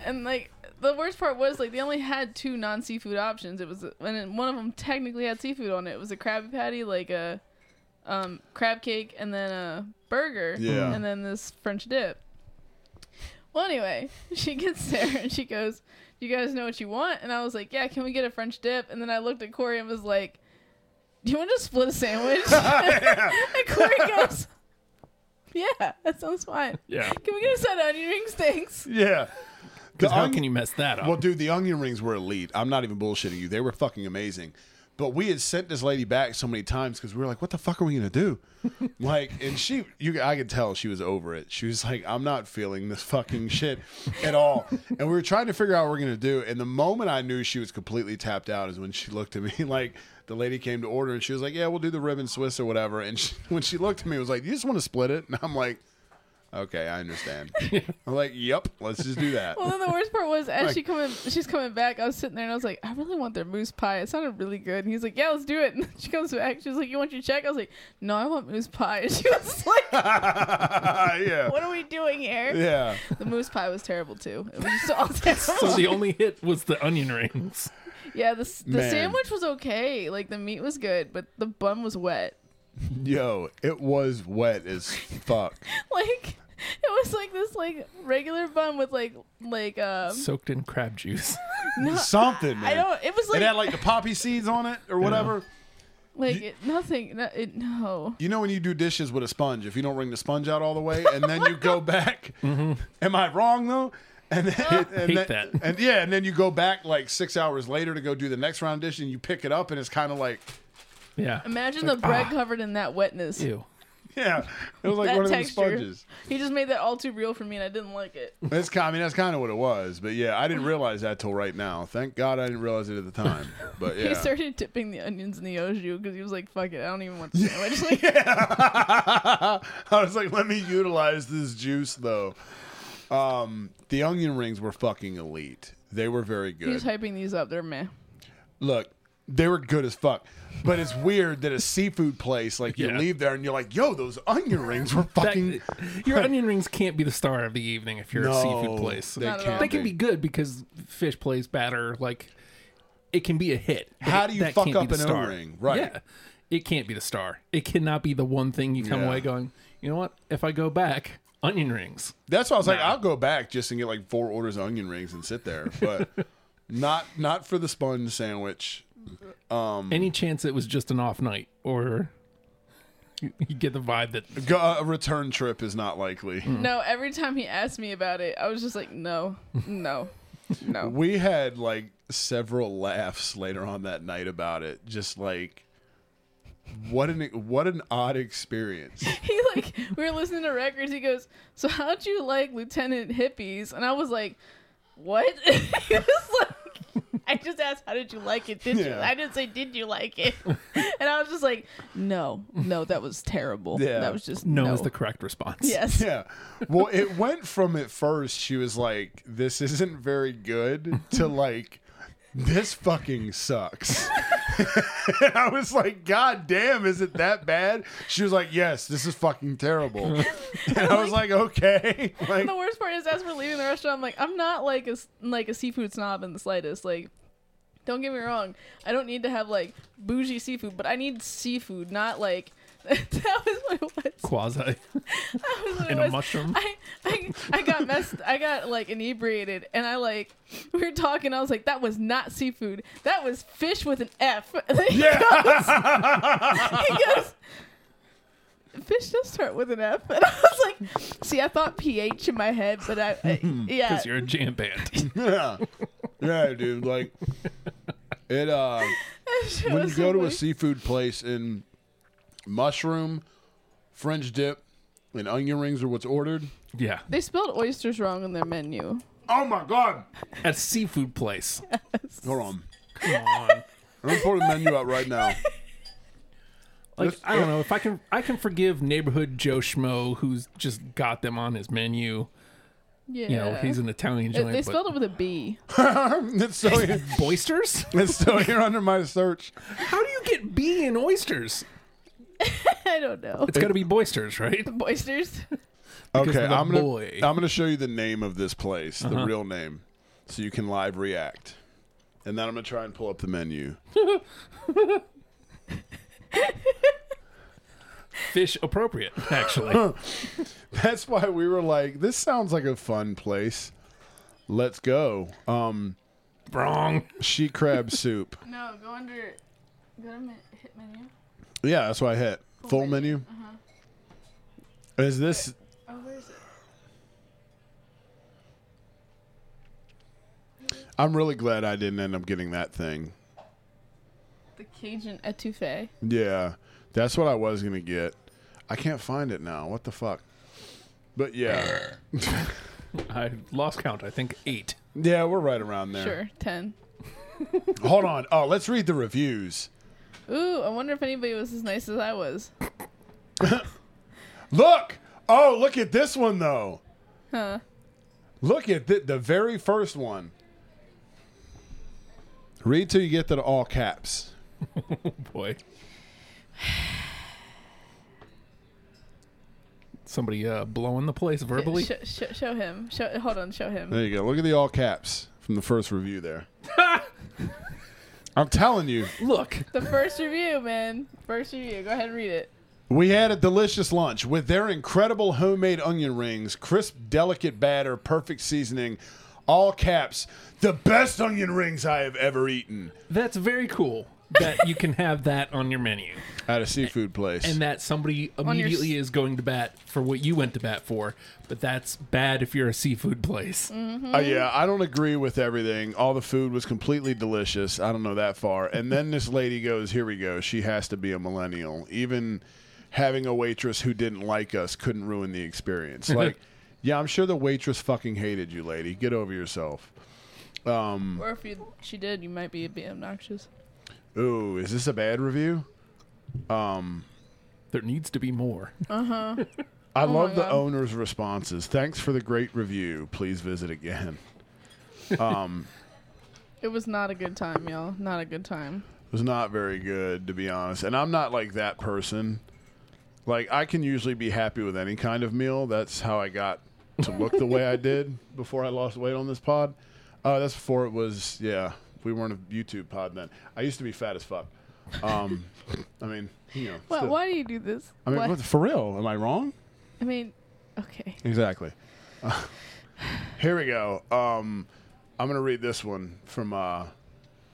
[SPEAKER 3] and like the worst part was like they only had two non seafood options. It was and then one of them technically had seafood on it. It was a Krabby Patty, like a um, crab cake, and then a burger,
[SPEAKER 1] Yeah.
[SPEAKER 3] and then this French dip. Well, anyway, she gets there and she goes, "Do you guys know what you want?" And I was like, "Yeah, can we get a French dip?" And then I looked at Corey and was like, "Do you want to split a sandwich?" and Corey goes, "Yeah, that sounds fine.
[SPEAKER 2] Yeah.
[SPEAKER 3] Can we get a side of onion rings? Thanks."
[SPEAKER 1] Yeah. The
[SPEAKER 2] Because how
[SPEAKER 1] onion-
[SPEAKER 2] can you mess that up?
[SPEAKER 1] Well, dude, the onion rings were elite. I'm not even bullshitting you. They were fucking amazing. But we had sent this lady back so many times because we were like, "What the fuck are we gonna do?" like, and she, you, I could tell she was over it. She was like, "I'm not feeling this fucking shit at all." and we were trying to figure out what we're gonna do. And the moment I knew she was completely tapped out is when she looked at me like the lady came to order and she was like, "Yeah, we'll do the ribbon Swiss or whatever." And she, when she looked at me, it was like, "You just want to split it?" And I'm like, "Okay, I understand." I'm like, "Yep, let's just do that."
[SPEAKER 3] Well, then the worst part was as
[SPEAKER 1] Like-
[SPEAKER 3] she coming, she's coming back. I was sitting there and I was like, I really want their moose pie. It sounded really good. And he's like, Yeah, let's do it. And then she comes back. She's like, You want your check? I was like, No, I want moose pie. And she was like,
[SPEAKER 1] yeah.
[SPEAKER 3] What are we doing here?
[SPEAKER 1] Yeah.
[SPEAKER 3] The moose pie was terrible too. It was just all terrible.
[SPEAKER 2] so the only hit was the onion rings.
[SPEAKER 3] yeah, the s- the
[SPEAKER 1] Man.
[SPEAKER 3] sandwich was okay. Like the meat was good, but the bun was wet.
[SPEAKER 1] Yo, it was wet as fuck.
[SPEAKER 3] Like it was like this like regular bun with like like um
[SPEAKER 2] Soaked in crab juice.
[SPEAKER 1] Something, man.
[SPEAKER 3] I don't. It was like
[SPEAKER 1] it had like the poppy seeds on it or whatever.
[SPEAKER 3] like it, nothing. No, it, no.
[SPEAKER 1] You know when you do dishes with a sponge, if you don't wring the sponge out all the way and then you go back. Am I wrong though? And then, and,
[SPEAKER 2] Mm-hmm. Hate
[SPEAKER 1] then-
[SPEAKER 2] that.
[SPEAKER 1] and yeah, and then you go back like six hours later to go do the next round dish, and you pick it up, and it's kind of like,
[SPEAKER 2] Yeah.
[SPEAKER 3] Imagine the bread covered in that wetness.
[SPEAKER 2] Ew.
[SPEAKER 1] yeah, it was like
[SPEAKER 3] That
[SPEAKER 1] one of those
[SPEAKER 3] texture.
[SPEAKER 1] sponges.
[SPEAKER 3] He just made that all too real for me, and I didn't like it.
[SPEAKER 1] That's kind. I mean, that's kind of what it was. But yeah, I didn't realize that till right now. Thank God I didn't realize it at the time. But yeah,
[SPEAKER 3] He started dipping the onions in the oju because he was like, "Fuck it, I don't even want the sandwich." Like,
[SPEAKER 1] I was like, let me utilize this juice though. Um, the onion rings were fucking elite. They were very
[SPEAKER 3] he was
[SPEAKER 1] good.
[SPEAKER 3] hyping these up. They're meh.
[SPEAKER 1] Look, they were good as fuck. But it's weird that a seafood place like you
[SPEAKER 2] Yeah.
[SPEAKER 1] leave there and you're like, yo, those onion rings were
[SPEAKER 2] That-
[SPEAKER 1] fucking.
[SPEAKER 2] your onion rings can't be the star of the evening if you're a
[SPEAKER 1] No,
[SPEAKER 2] seafood place.
[SPEAKER 1] They,
[SPEAKER 2] They,
[SPEAKER 3] Not at all.
[SPEAKER 1] can't
[SPEAKER 3] They
[SPEAKER 2] can be good because fish plays batter. Like it can be a hit. but
[SPEAKER 1] How
[SPEAKER 2] it-
[SPEAKER 1] do you
[SPEAKER 2] that
[SPEAKER 1] fuck
[SPEAKER 2] can't be
[SPEAKER 1] up
[SPEAKER 2] the
[SPEAKER 1] an
[SPEAKER 2] star.
[SPEAKER 1] O-ring? Right.
[SPEAKER 2] Yeah. It can't be the star. It cannot be the one thing you come
[SPEAKER 1] Yeah.
[SPEAKER 2] away going. You know what? If I go back, onion rings.
[SPEAKER 1] That's why I was like, I'll go back just and get like four orders of onion rings and sit there, but not not for the sponge sandwich. Mm.
[SPEAKER 2] Any chance it was just an off night or. You you get the vibe that
[SPEAKER 1] Go, a return trip is not likely.
[SPEAKER 2] Hmm.
[SPEAKER 3] No, every time he asked me about it, I was just like, "No, no, no."
[SPEAKER 1] We had like several laughs later on that night about it. Just like what an what an odd experience.
[SPEAKER 3] he like we were listening to records. He goes, "So how'd you like Lieutenant Hippies?" And I was like, "What?" he was like, "I just asked, how did you like it? Did you?"
[SPEAKER 1] Yeah.
[SPEAKER 3] I didn't say, "Did you like it?" and I was just like, "No, no, that was terrible.
[SPEAKER 1] Yeah.
[SPEAKER 3] That was just
[SPEAKER 2] no,
[SPEAKER 3] no."
[SPEAKER 2] is the correct response.
[SPEAKER 3] yes.
[SPEAKER 1] Yeah. Well, it went from at first she was like this isn't very good to like this fucking sucks. And I was like, God damn, is it that bad? She was like, Yes, this is fucking terrible. And I was like, Okay. Like,
[SPEAKER 3] the worst part is, as we're leaving the restaurant, I'm like, I'm not like a s- like a seafood snob in the slightest. Like, don't get me wrong, I don't need to have like bougie seafood, but I need seafood, not like that was what it was.
[SPEAKER 2] Quasi.
[SPEAKER 3] That was what
[SPEAKER 2] In
[SPEAKER 3] it
[SPEAKER 2] a
[SPEAKER 3] was.
[SPEAKER 2] mushroom?
[SPEAKER 3] I, I I got messed. I got like inebriated, and I like we were talking. I was like, that was not seafood. That was fish with an F. And then he
[SPEAKER 1] yeah.
[SPEAKER 3] he goes, fish does start with an F. And I was like, see, I thought pH in my head, but I, I yeah.
[SPEAKER 2] Because you're a jam band.
[SPEAKER 1] yeah. Yeah, dude. Like, it, uh,
[SPEAKER 3] Shit
[SPEAKER 1] when
[SPEAKER 3] was
[SPEAKER 1] you go to a
[SPEAKER 3] weird.
[SPEAKER 1] seafood place and mushroom, French dip, and onion rings are what's ordered.
[SPEAKER 2] Yeah.
[SPEAKER 3] They spelled oysters wrong on their menu.
[SPEAKER 1] Oh my god!
[SPEAKER 2] At a seafood place.
[SPEAKER 1] Hold on,
[SPEAKER 2] Come on.
[SPEAKER 1] I'm gonna pour the menu out right now.
[SPEAKER 2] Like
[SPEAKER 1] This-
[SPEAKER 2] I don't know if I can I can forgive neighborhood Joe Schmo who's just got them on his menu.
[SPEAKER 3] Yeah.
[SPEAKER 2] You know, he's an Italian
[SPEAKER 3] They-
[SPEAKER 2] joint.
[SPEAKER 3] they
[SPEAKER 2] but-
[SPEAKER 3] spelled it with a B.
[SPEAKER 1] it's still here.
[SPEAKER 2] Boisters?
[SPEAKER 1] It's still here under my search.
[SPEAKER 2] How do you get B in oysters?
[SPEAKER 3] I don't know.
[SPEAKER 2] It's got to be boisters, right?
[SPEAKER 3] Oysters.
[SPEAKER 1] Okay,
[SPEAKER 2] of the
[SPEAKER 1] I'm gonna
[SPEAKER 2] boy. Uh-huh.
[SPEAKER 1] I'm gonna show you the name of this place, the real name, so you can live react. And then I'm gonna try and pull up the menu.
[SPEAKER 2] Fish appropriate, actually.
[SPEAKER 1] That's why we were like, this sounds like a fun place. Let's go. Um,
[SPEAKER 2] Wrong.
[SPEAKER 1] she crab soup.
[SPEAKER 3] No, go under. Go to hit menu.
[SPEAKER 1] Yeah, that's what I hit. Full menu. Uh-huh. Is this?
[SPEAKER 3] Oh, where is it?
[SPEAKER 1] I'm really glad I didn't end up getting that thing.
[SPEAKER 3] The Cajun etouffee.
[SPEAKER 1] Yeah, that's what I was gonna get. I can't find it now. What the fuck? But yeah,
[SPEAKER 2] I lost count. I think eight.
[SPEAKER 1] yeah, we're right around there.
[SPEAKER 3] Sure, ten.
[SPEAKER 1] Hold on. Oh, let's read the reviews.
[SPEAKER 3] Ooh, I wonder if anybody was as nice as I was.
[SPEAKER 1] Look. Oh, look at this one though. Huh. Look at the, the very first one. Read till you get to the all caps.
[SPEAKER 2] Boy. Somebody uh, blowing the place verbally.
[SPEAKER 3] Sh- sh- show him. Show, hold on, show him.
[SPEAKER 1] There you go. Look at the all caps from the first review there. I'm telling you,
[SPEAKER 2] Look,
[SPEAKER 3] The first review, man. First review. Go ahead and read it.
[SPEAKER 1] we had a delicious lunch with their incredible homemade onion rings, crisp, delicate batter, perfect seasoning, all caps, the best onion rings I have ever eaten
[SPEAKER 2] that's very cool that you can have that on your menu,
[SPEAKER 1] at a seafood place.
[SPEAKER 2] and that somebody
[SPEAKER 3] your
[SPEAKER 2] immediately
[SPEAKER 3] s-
[SPEAKER 2] is going to bat for what you went to bat for. But that's bad if you're a seafood place.
[SPEAKER 1] Uh, yeah, I don't agree with everything. All the food was completely delicious. I don't know that far. And then this lady goes, "Here we go." She has to be a millennial. Even having a waitress who didn't like us couldn't ruin the experience. Like, yeah, I'm sure the waitress fucking hated you, lady. Get over yourself.
[SPEAKER 3] Or if you, she did, you might be a bit obnoxious.
[SPEAKER 1] Ooh, is this a bad review?
[SPEAKER 2] There needs to be more.
[SPEAKER 1] I love the
[SPEAKER 3] God.
[SPEAKER 1] owner's responses. Thanks for the great review. Please visit again.
[SPEAKER 3] It was not a good time, y'all. Not a good time.
[SPEAKER 1] was not very good to be honest and i'm not like that person like i can usually be happy with any kind of meal that's how i got to look the way i did before i lost weight on this pod uh, that's before it was yeah we weren't a youtube pod then i used to be fat as fuck um, i mean you know
[SPEAKER 3] Why,
[SPEAKER 1] still-
[SPEAKER 3] why do you do this?
[SPEAKER 1] i mean
[SPEAKER 3] Why-
[SPEAKER 1] what the- for real am i wrong
[SPEAKER 3] I mean, okay.
[SPEAKER 1] Exactly. Uh, here we go. Um, I'm going to read this one from uh,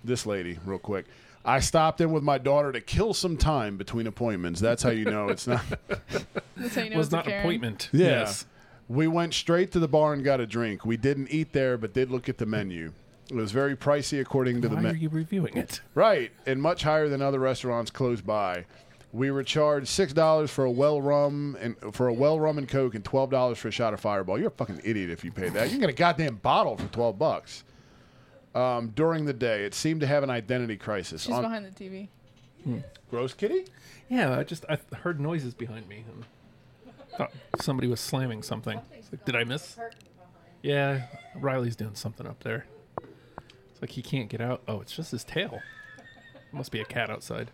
[SPEAKER 1] this lady real quick. I stopped in with my daughter to kill some time between appointments. That's how you know it's not.
[SPEAKER 3] That's how you know
[SPEAKER 2] was
[SPEAKER 3] it's a
[SPEAKER 2] not
[SPEAKER 3] Karen.
[SPEAKER 2] appointment.
[SPEAKER 1] Yeah.
[SPEAKER 2] Yes.
[SPEAKER 1] We went straight to the bar and got a drink. We didn't eat there, but did look at the menu. It was very pricey according to the
[SPEAKER 2] Why
[SPEAKER 1] menu.
[SPEAKER 2] are you reviewing it?
[SPEAKER 1] Right, and much higher than other restaurants close by. We were charged six dollars for a well rum and for a well rum and coke, and twelve dollars for a shot of Fireball. You're a fucking idiot if you pay that. You can get a goddamn bottle for twelve bucks. Um, during the day, it seemed to have an identity crisis.
[SPEAKER 3] She's
[SPEAKER 1] On-
[SPEAKER 3] behind the TV.
[SPEAKER 1] Gross kitty.
[SPEAKER 2] Yeah, I just I heard noises behind me and thought somebody was slamming something. It's like, Did I miss? Yeah, Riley's doing something up there. It's like he can't get out. Oh, it's just his tail. Must be a cat outside.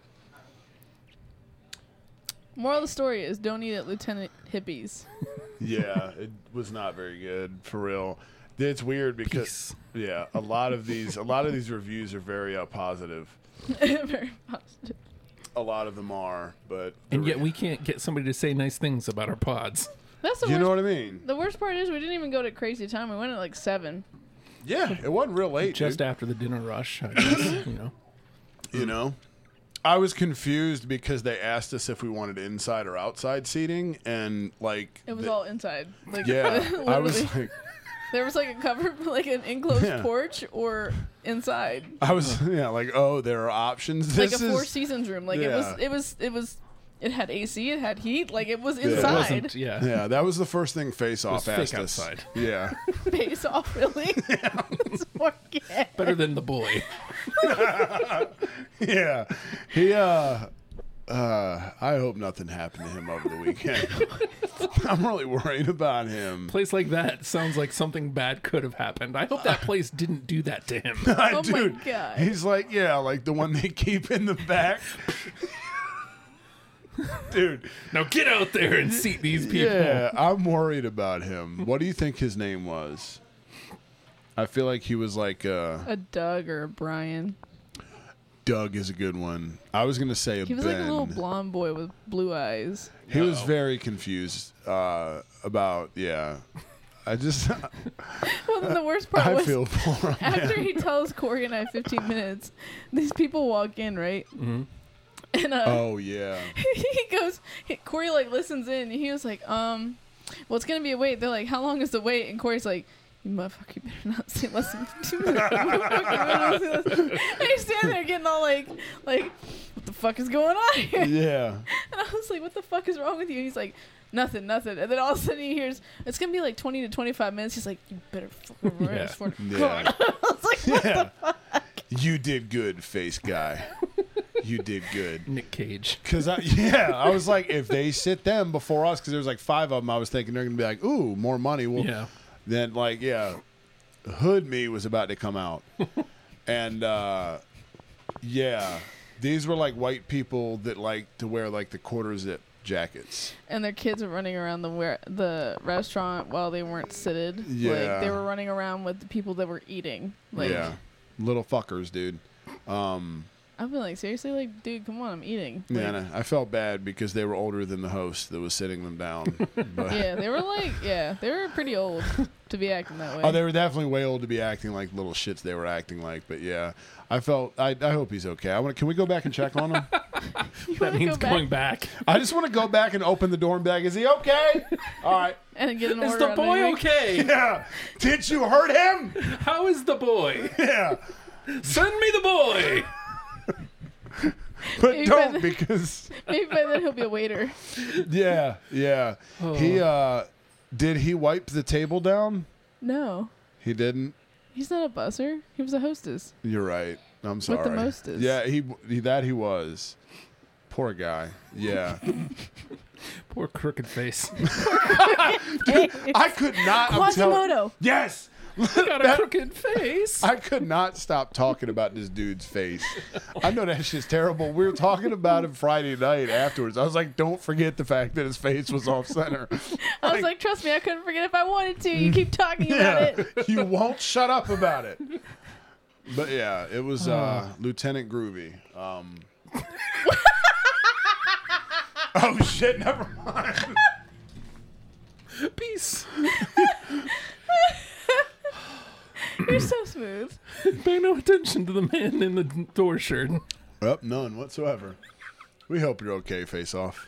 [SPEAKER 3] Moral of the story is don't eat at Lieutenant Hippies.
[SPEAKER 1] Yeah, it was not very good for real. It's weird because yeah, a lot of these a lot of these reviews are very uh, positive.
[SPEAKER 3] Very positive.
[SPEAKER 1] A lot of them are, but the
[SPEAKER 2] And yet
[SPEAKER 1] re-
[SPEAKER 2] we can't get somebody to say nice things about our pods.
[SPEAKER 3] That's the
[SPEAKER 1] you
[SPEAKER 3] worst.
[SPEAKER 1] know what I mean?
[SPEAKER 3] the worst part is we didn't even go to crazy time. We went at like seven.
[SPEAKER 1] Yeah, it wasn't real late.
[SPEAKER 2] Just
[SPEAKER 1] dude,
[SPEAKER 2] after the dinner rush, I guess, you know.
[SPEAKER 1] you know. I was confused because they asked us if we wanted inside or outside seating, and like
[SPEAKER 3] It was
[SPEAKER 1] the-
[SPEAKER 3] all inside. Like,
[SPEAKER 1] yeah. I was
[SPEAKER 3] literally.
[SPEAKER 1] like,
[SPEAKER 3] there was like a cover, like an enclosed
[SPEAKER 1] Yeah.
[SPEAKER 3] porch or inside,
[SPEAKER 1] I was yeah, like oh, there are options. This
[SPEAKER 3] like a
[SPEAKER 1] is
[SPEAKER 3] Four Seasons room. Like it was,
[SPEAKER 1] yeah.
[SPEAKER 3] it was, it was, it had AC, it had heat. Like it was
[SPEAKER 1] It
[SPEAKER 2] It
[SPEAKER 3] inside.
[SPEAKER 2] wasn't, yeah.
[SPEAKER 1] yeah, that was the first thing Face Off
[SPEAKER 2] thick
[SPEAKER 1] asked us.
[SPEAKER 2] outside.
[SPEAKER 1] Yeah,
[SPEAKER 3] Face off, really. It's more gay.
[SPEAKER 2] Better than the bully.
[SPEAKER 1] yeah. He uh uh I hope nothing happened to him over the weekend. I'm really worried about him.
[SPEAKER 2] Place like that sounds like something bad could have happened. I hope that place didn't do that to him.
[SPEAKER 1] I,
[SPEAKER 3] Oh my
[SPEAKER 1] dude,
[SPEAKER 3] God.
[SPEAKER 1] He's like, yeah, like the one they keep in the back. dude,
[SPEAKER 2] Now get out there and seat these people.
[SPEAKER 1] yeah, I'm worried about him. What do you think his name was? I feel like he was like uh
[SPEAKER 3] A Doug or a Brian.
[SPEAKER 1] Doug is a good one. I was gonna say a
[SPEAKER 3] He was
[SPEAKER 1] Ben.
[SPEAKER 3] like a little blonde boy with blue eyes.
[SPEAKER 1] He was
[SPEAKER 2] Uh-oh.
[SPEAKER 1] very confused uh about yeah. I just
[SPEAKER 3] Well, then the worst part
[SPEAKER 1] I
[SPEAKER 3] was
[SPEAKER 1] feel for him.
[SPEAKER 3] after he tells Corey and I 15 minutes, these people walk in, right? Mm-hmm. And uh,
[SPEAKER 1] Oh yeah.
[SPEAKER 3] he goes, he- Corey like listens in. And he was like, um, well, it's gonna be a wait. They're like, how long is the wait? And Corey's like, you motherfucker, you better not say less than two minutes. You motherfucker, you better not say less than-" And he's standing there getting all like, like, what the fuck is going on here? And
[SPEAKER 1] Yeah.
[SPEAKER 3] I was like, what the fuck is wrong with you? And he's like. Nothing, nothing, and then all of a sudden he hears it's gonna be like twenty to twenty-five minutes. He's like, "You better fucking run
[SPEAKER 2] Yeah.
[SPEAKER 3] this for."
[SPEAKER 1] Yeah.
[SPEAKER 3] I was like,
[SPEAKER 1] yeah. You did good, face guy. You did good.
[SPEAKER 2] Nick Cage.
[SPEAKER 1] Cause I yeah, I was like, if they sit them before us, because there was like five of them, I was thinking they're gonna be like, ooh, more money. Well,
[SPEAKER 2] Yeah.
[SPEAKER 1] then like yeah, Hood Me was about to come out, and uh yeah, these were like white people that like to wear like the quarter zip jackets.
[SPEAKER 3] and their kids were running around the where the restaurant while they weren't seated.
[SPEAKER 1] Yeah.
[SPEAKER 3] Like they were running around with the people that were eating. Like
[SPEAKER 1] yeah, little fuckers, dude.
[SPEAKER 3] I've been like, seriously, like, dude, come on, I'm eating. Like,
[SPEAKER 1] Yeah, and I I felt bad because they were older than the host that was sitting them down. But
[SPEAKER 3] yeah, they were like yeah, they were pretty old to be acting that way.
[SPEAKER 1] Oh, they were definitely way old to be acting like little shits they were acting like. But yeah, I felt. I, I hope he's okay. I want. Can we go back and check on him?
[SPEAKER 3] You
[SPEAKER 2] That
[SPEAKER 3] wanna go
[SPEAKER 2] means
[SPEAKER 3] back
[SPEAKER 2] going back.
[SPEAKER 1] I just want to go back and open the door and be like, "Is he okay? All right.
[SPEAKER 3] and get an
[SPEAKER 2] Is
[SPEAKER 3] order
[SPEAKER 2] the
[SPEAKER 3] out of
[SPEAKER 2] boy
[SPEAKER 3] anything.
[SPEAKER 2] okay?
[SPEAKER 1] Yeah. Did you hurt him?
[SPEAKER 2] How is the boy?
[SPEAKER 1] Yeah.
[SPEAKER 2] Send me the boy.
[SPEAKER 1] But
[SPEAKER 3] Even-
[SPEAKER 1] don't because
[SPEAKER 3] Maybe by then he'll be a waiter.
[SPEAKER 1] yeah, yeah. He
[SPEAKER 3] Oh.
[SPEAKER 1] uh, did he wipe the table down?
[SPEAKER 3] No.
[SPEAKER 1] He didn't.
[SPEAKER 3] He's not a busser. He was a hostess.
[SPEAKER 1] You're right. I'm
[SPEAKER 3] the
[SPEAKER 1] sorry.
[SPEAKER 3] mostest.
[SPEAKER 1] Yeah, he, he that he was. Poor guy. Yeah.
[SPEAKER 2] Poor crooked face.
[SPEAKER 1] I could not. I'm tell-
[SPEAKER 3] Quasimodo.
[SPEAKER 1] Yes.
[SPEAKER 2] Got a crooked face.
[SPEAKER 1] I could not stop talking about this dude's face. I know that shit's terrible. We were talking about it Friday night afterwards. I was like, don't forget the fact that his face was off center.
[SPEAKER 3] I was like, trust me, I couldn't forget if I wanted to. You keep talking about it.
[SPEAKER 1] you won't shut up about it. But yeah, it was uh, Lieutenant Groovy. Um, oh shit! Never mind.
[SPEAKER 2] Peace.
[SPEAKER 3] You're so smooth.
[SPEAKER 2] Pay no attention to the man in the door shirt.
[SPEAKER 1] Up, none whatsoever. We hope you're okay, face off.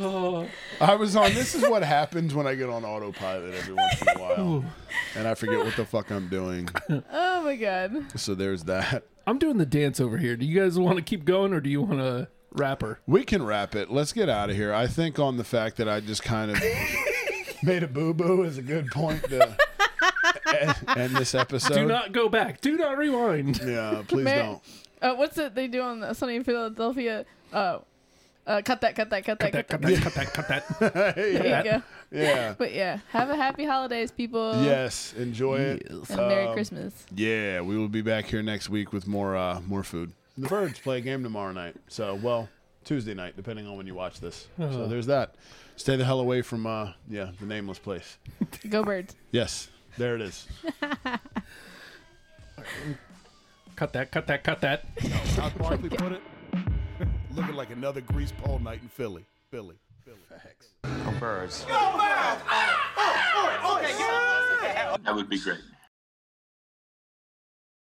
[SPEAKER 2] Oh,
[SPEAKER 1] I was on. This is what happens when I get on autopilot every once in a while, and I forget what the fuck I'm doing.
[SPEAKER 3] Oh my god.
[SPEAKER 1] So there's that.
[SPEAKER 2] I'm doing the dance over here. Do you guys want to keep going or do you want to rapper?
[SPEAKER 1] We can wrap it. Let's get out of here. I think on the fact that I just kind of made a boo boo is a good point to end, end this episode.
[SPEAKER 2] Do not go back. Do not rewind.
[SPEAKER 1] yeah, please
[SPEAKER 3] Mar-
[SPEAKER 1] don't.
[SPEAKER 3] Uh, what's it they do on Sunny in Philadelphia? Uh, Uh, cut that, cut that, cut that,
[SPEAKER 2] Cut
[SPEAKER 3] cut
[SPEAKER 2] that,
[SPEAKER 3] that.
[SPEAKER 2] cut that, cut that, cut that.
[SPEAKER 1] yeah.
[SPEAKER 3] There you go.
[SPEAKER 1] yeah.
[SPEAKER 3] But yeah, have a happy holidays, people.
[SPEAKER 1] Yes. Enjoy it. Um,
[SPEAKER 3] And
[SPEAKER 2] um,
[SPEAKER 3] Merry Christmas.
[SPEAKER 1] Yeah, we will be back here next week with more uh, more food. The Birds play a game tomorrow night. So, well, Tuesday night, depending on when you watch this.
[SPEAKER 3] Uh-huh.
[SPEAKER 1] So there's that. Stay the hell away from uh, yeah, the nameless place.
[SPEAKER 3] Go birds.
[SPEAKER 1] Yes, there it is.
[SPEAKER 2] Cut that, cut that, cut that.
[SPEAKER 4] How Barkley put it? Looking like another grease pole night in Philly. Philly.
[SPEAKER 5] Birds.
[SPEAKER 6] That would be great.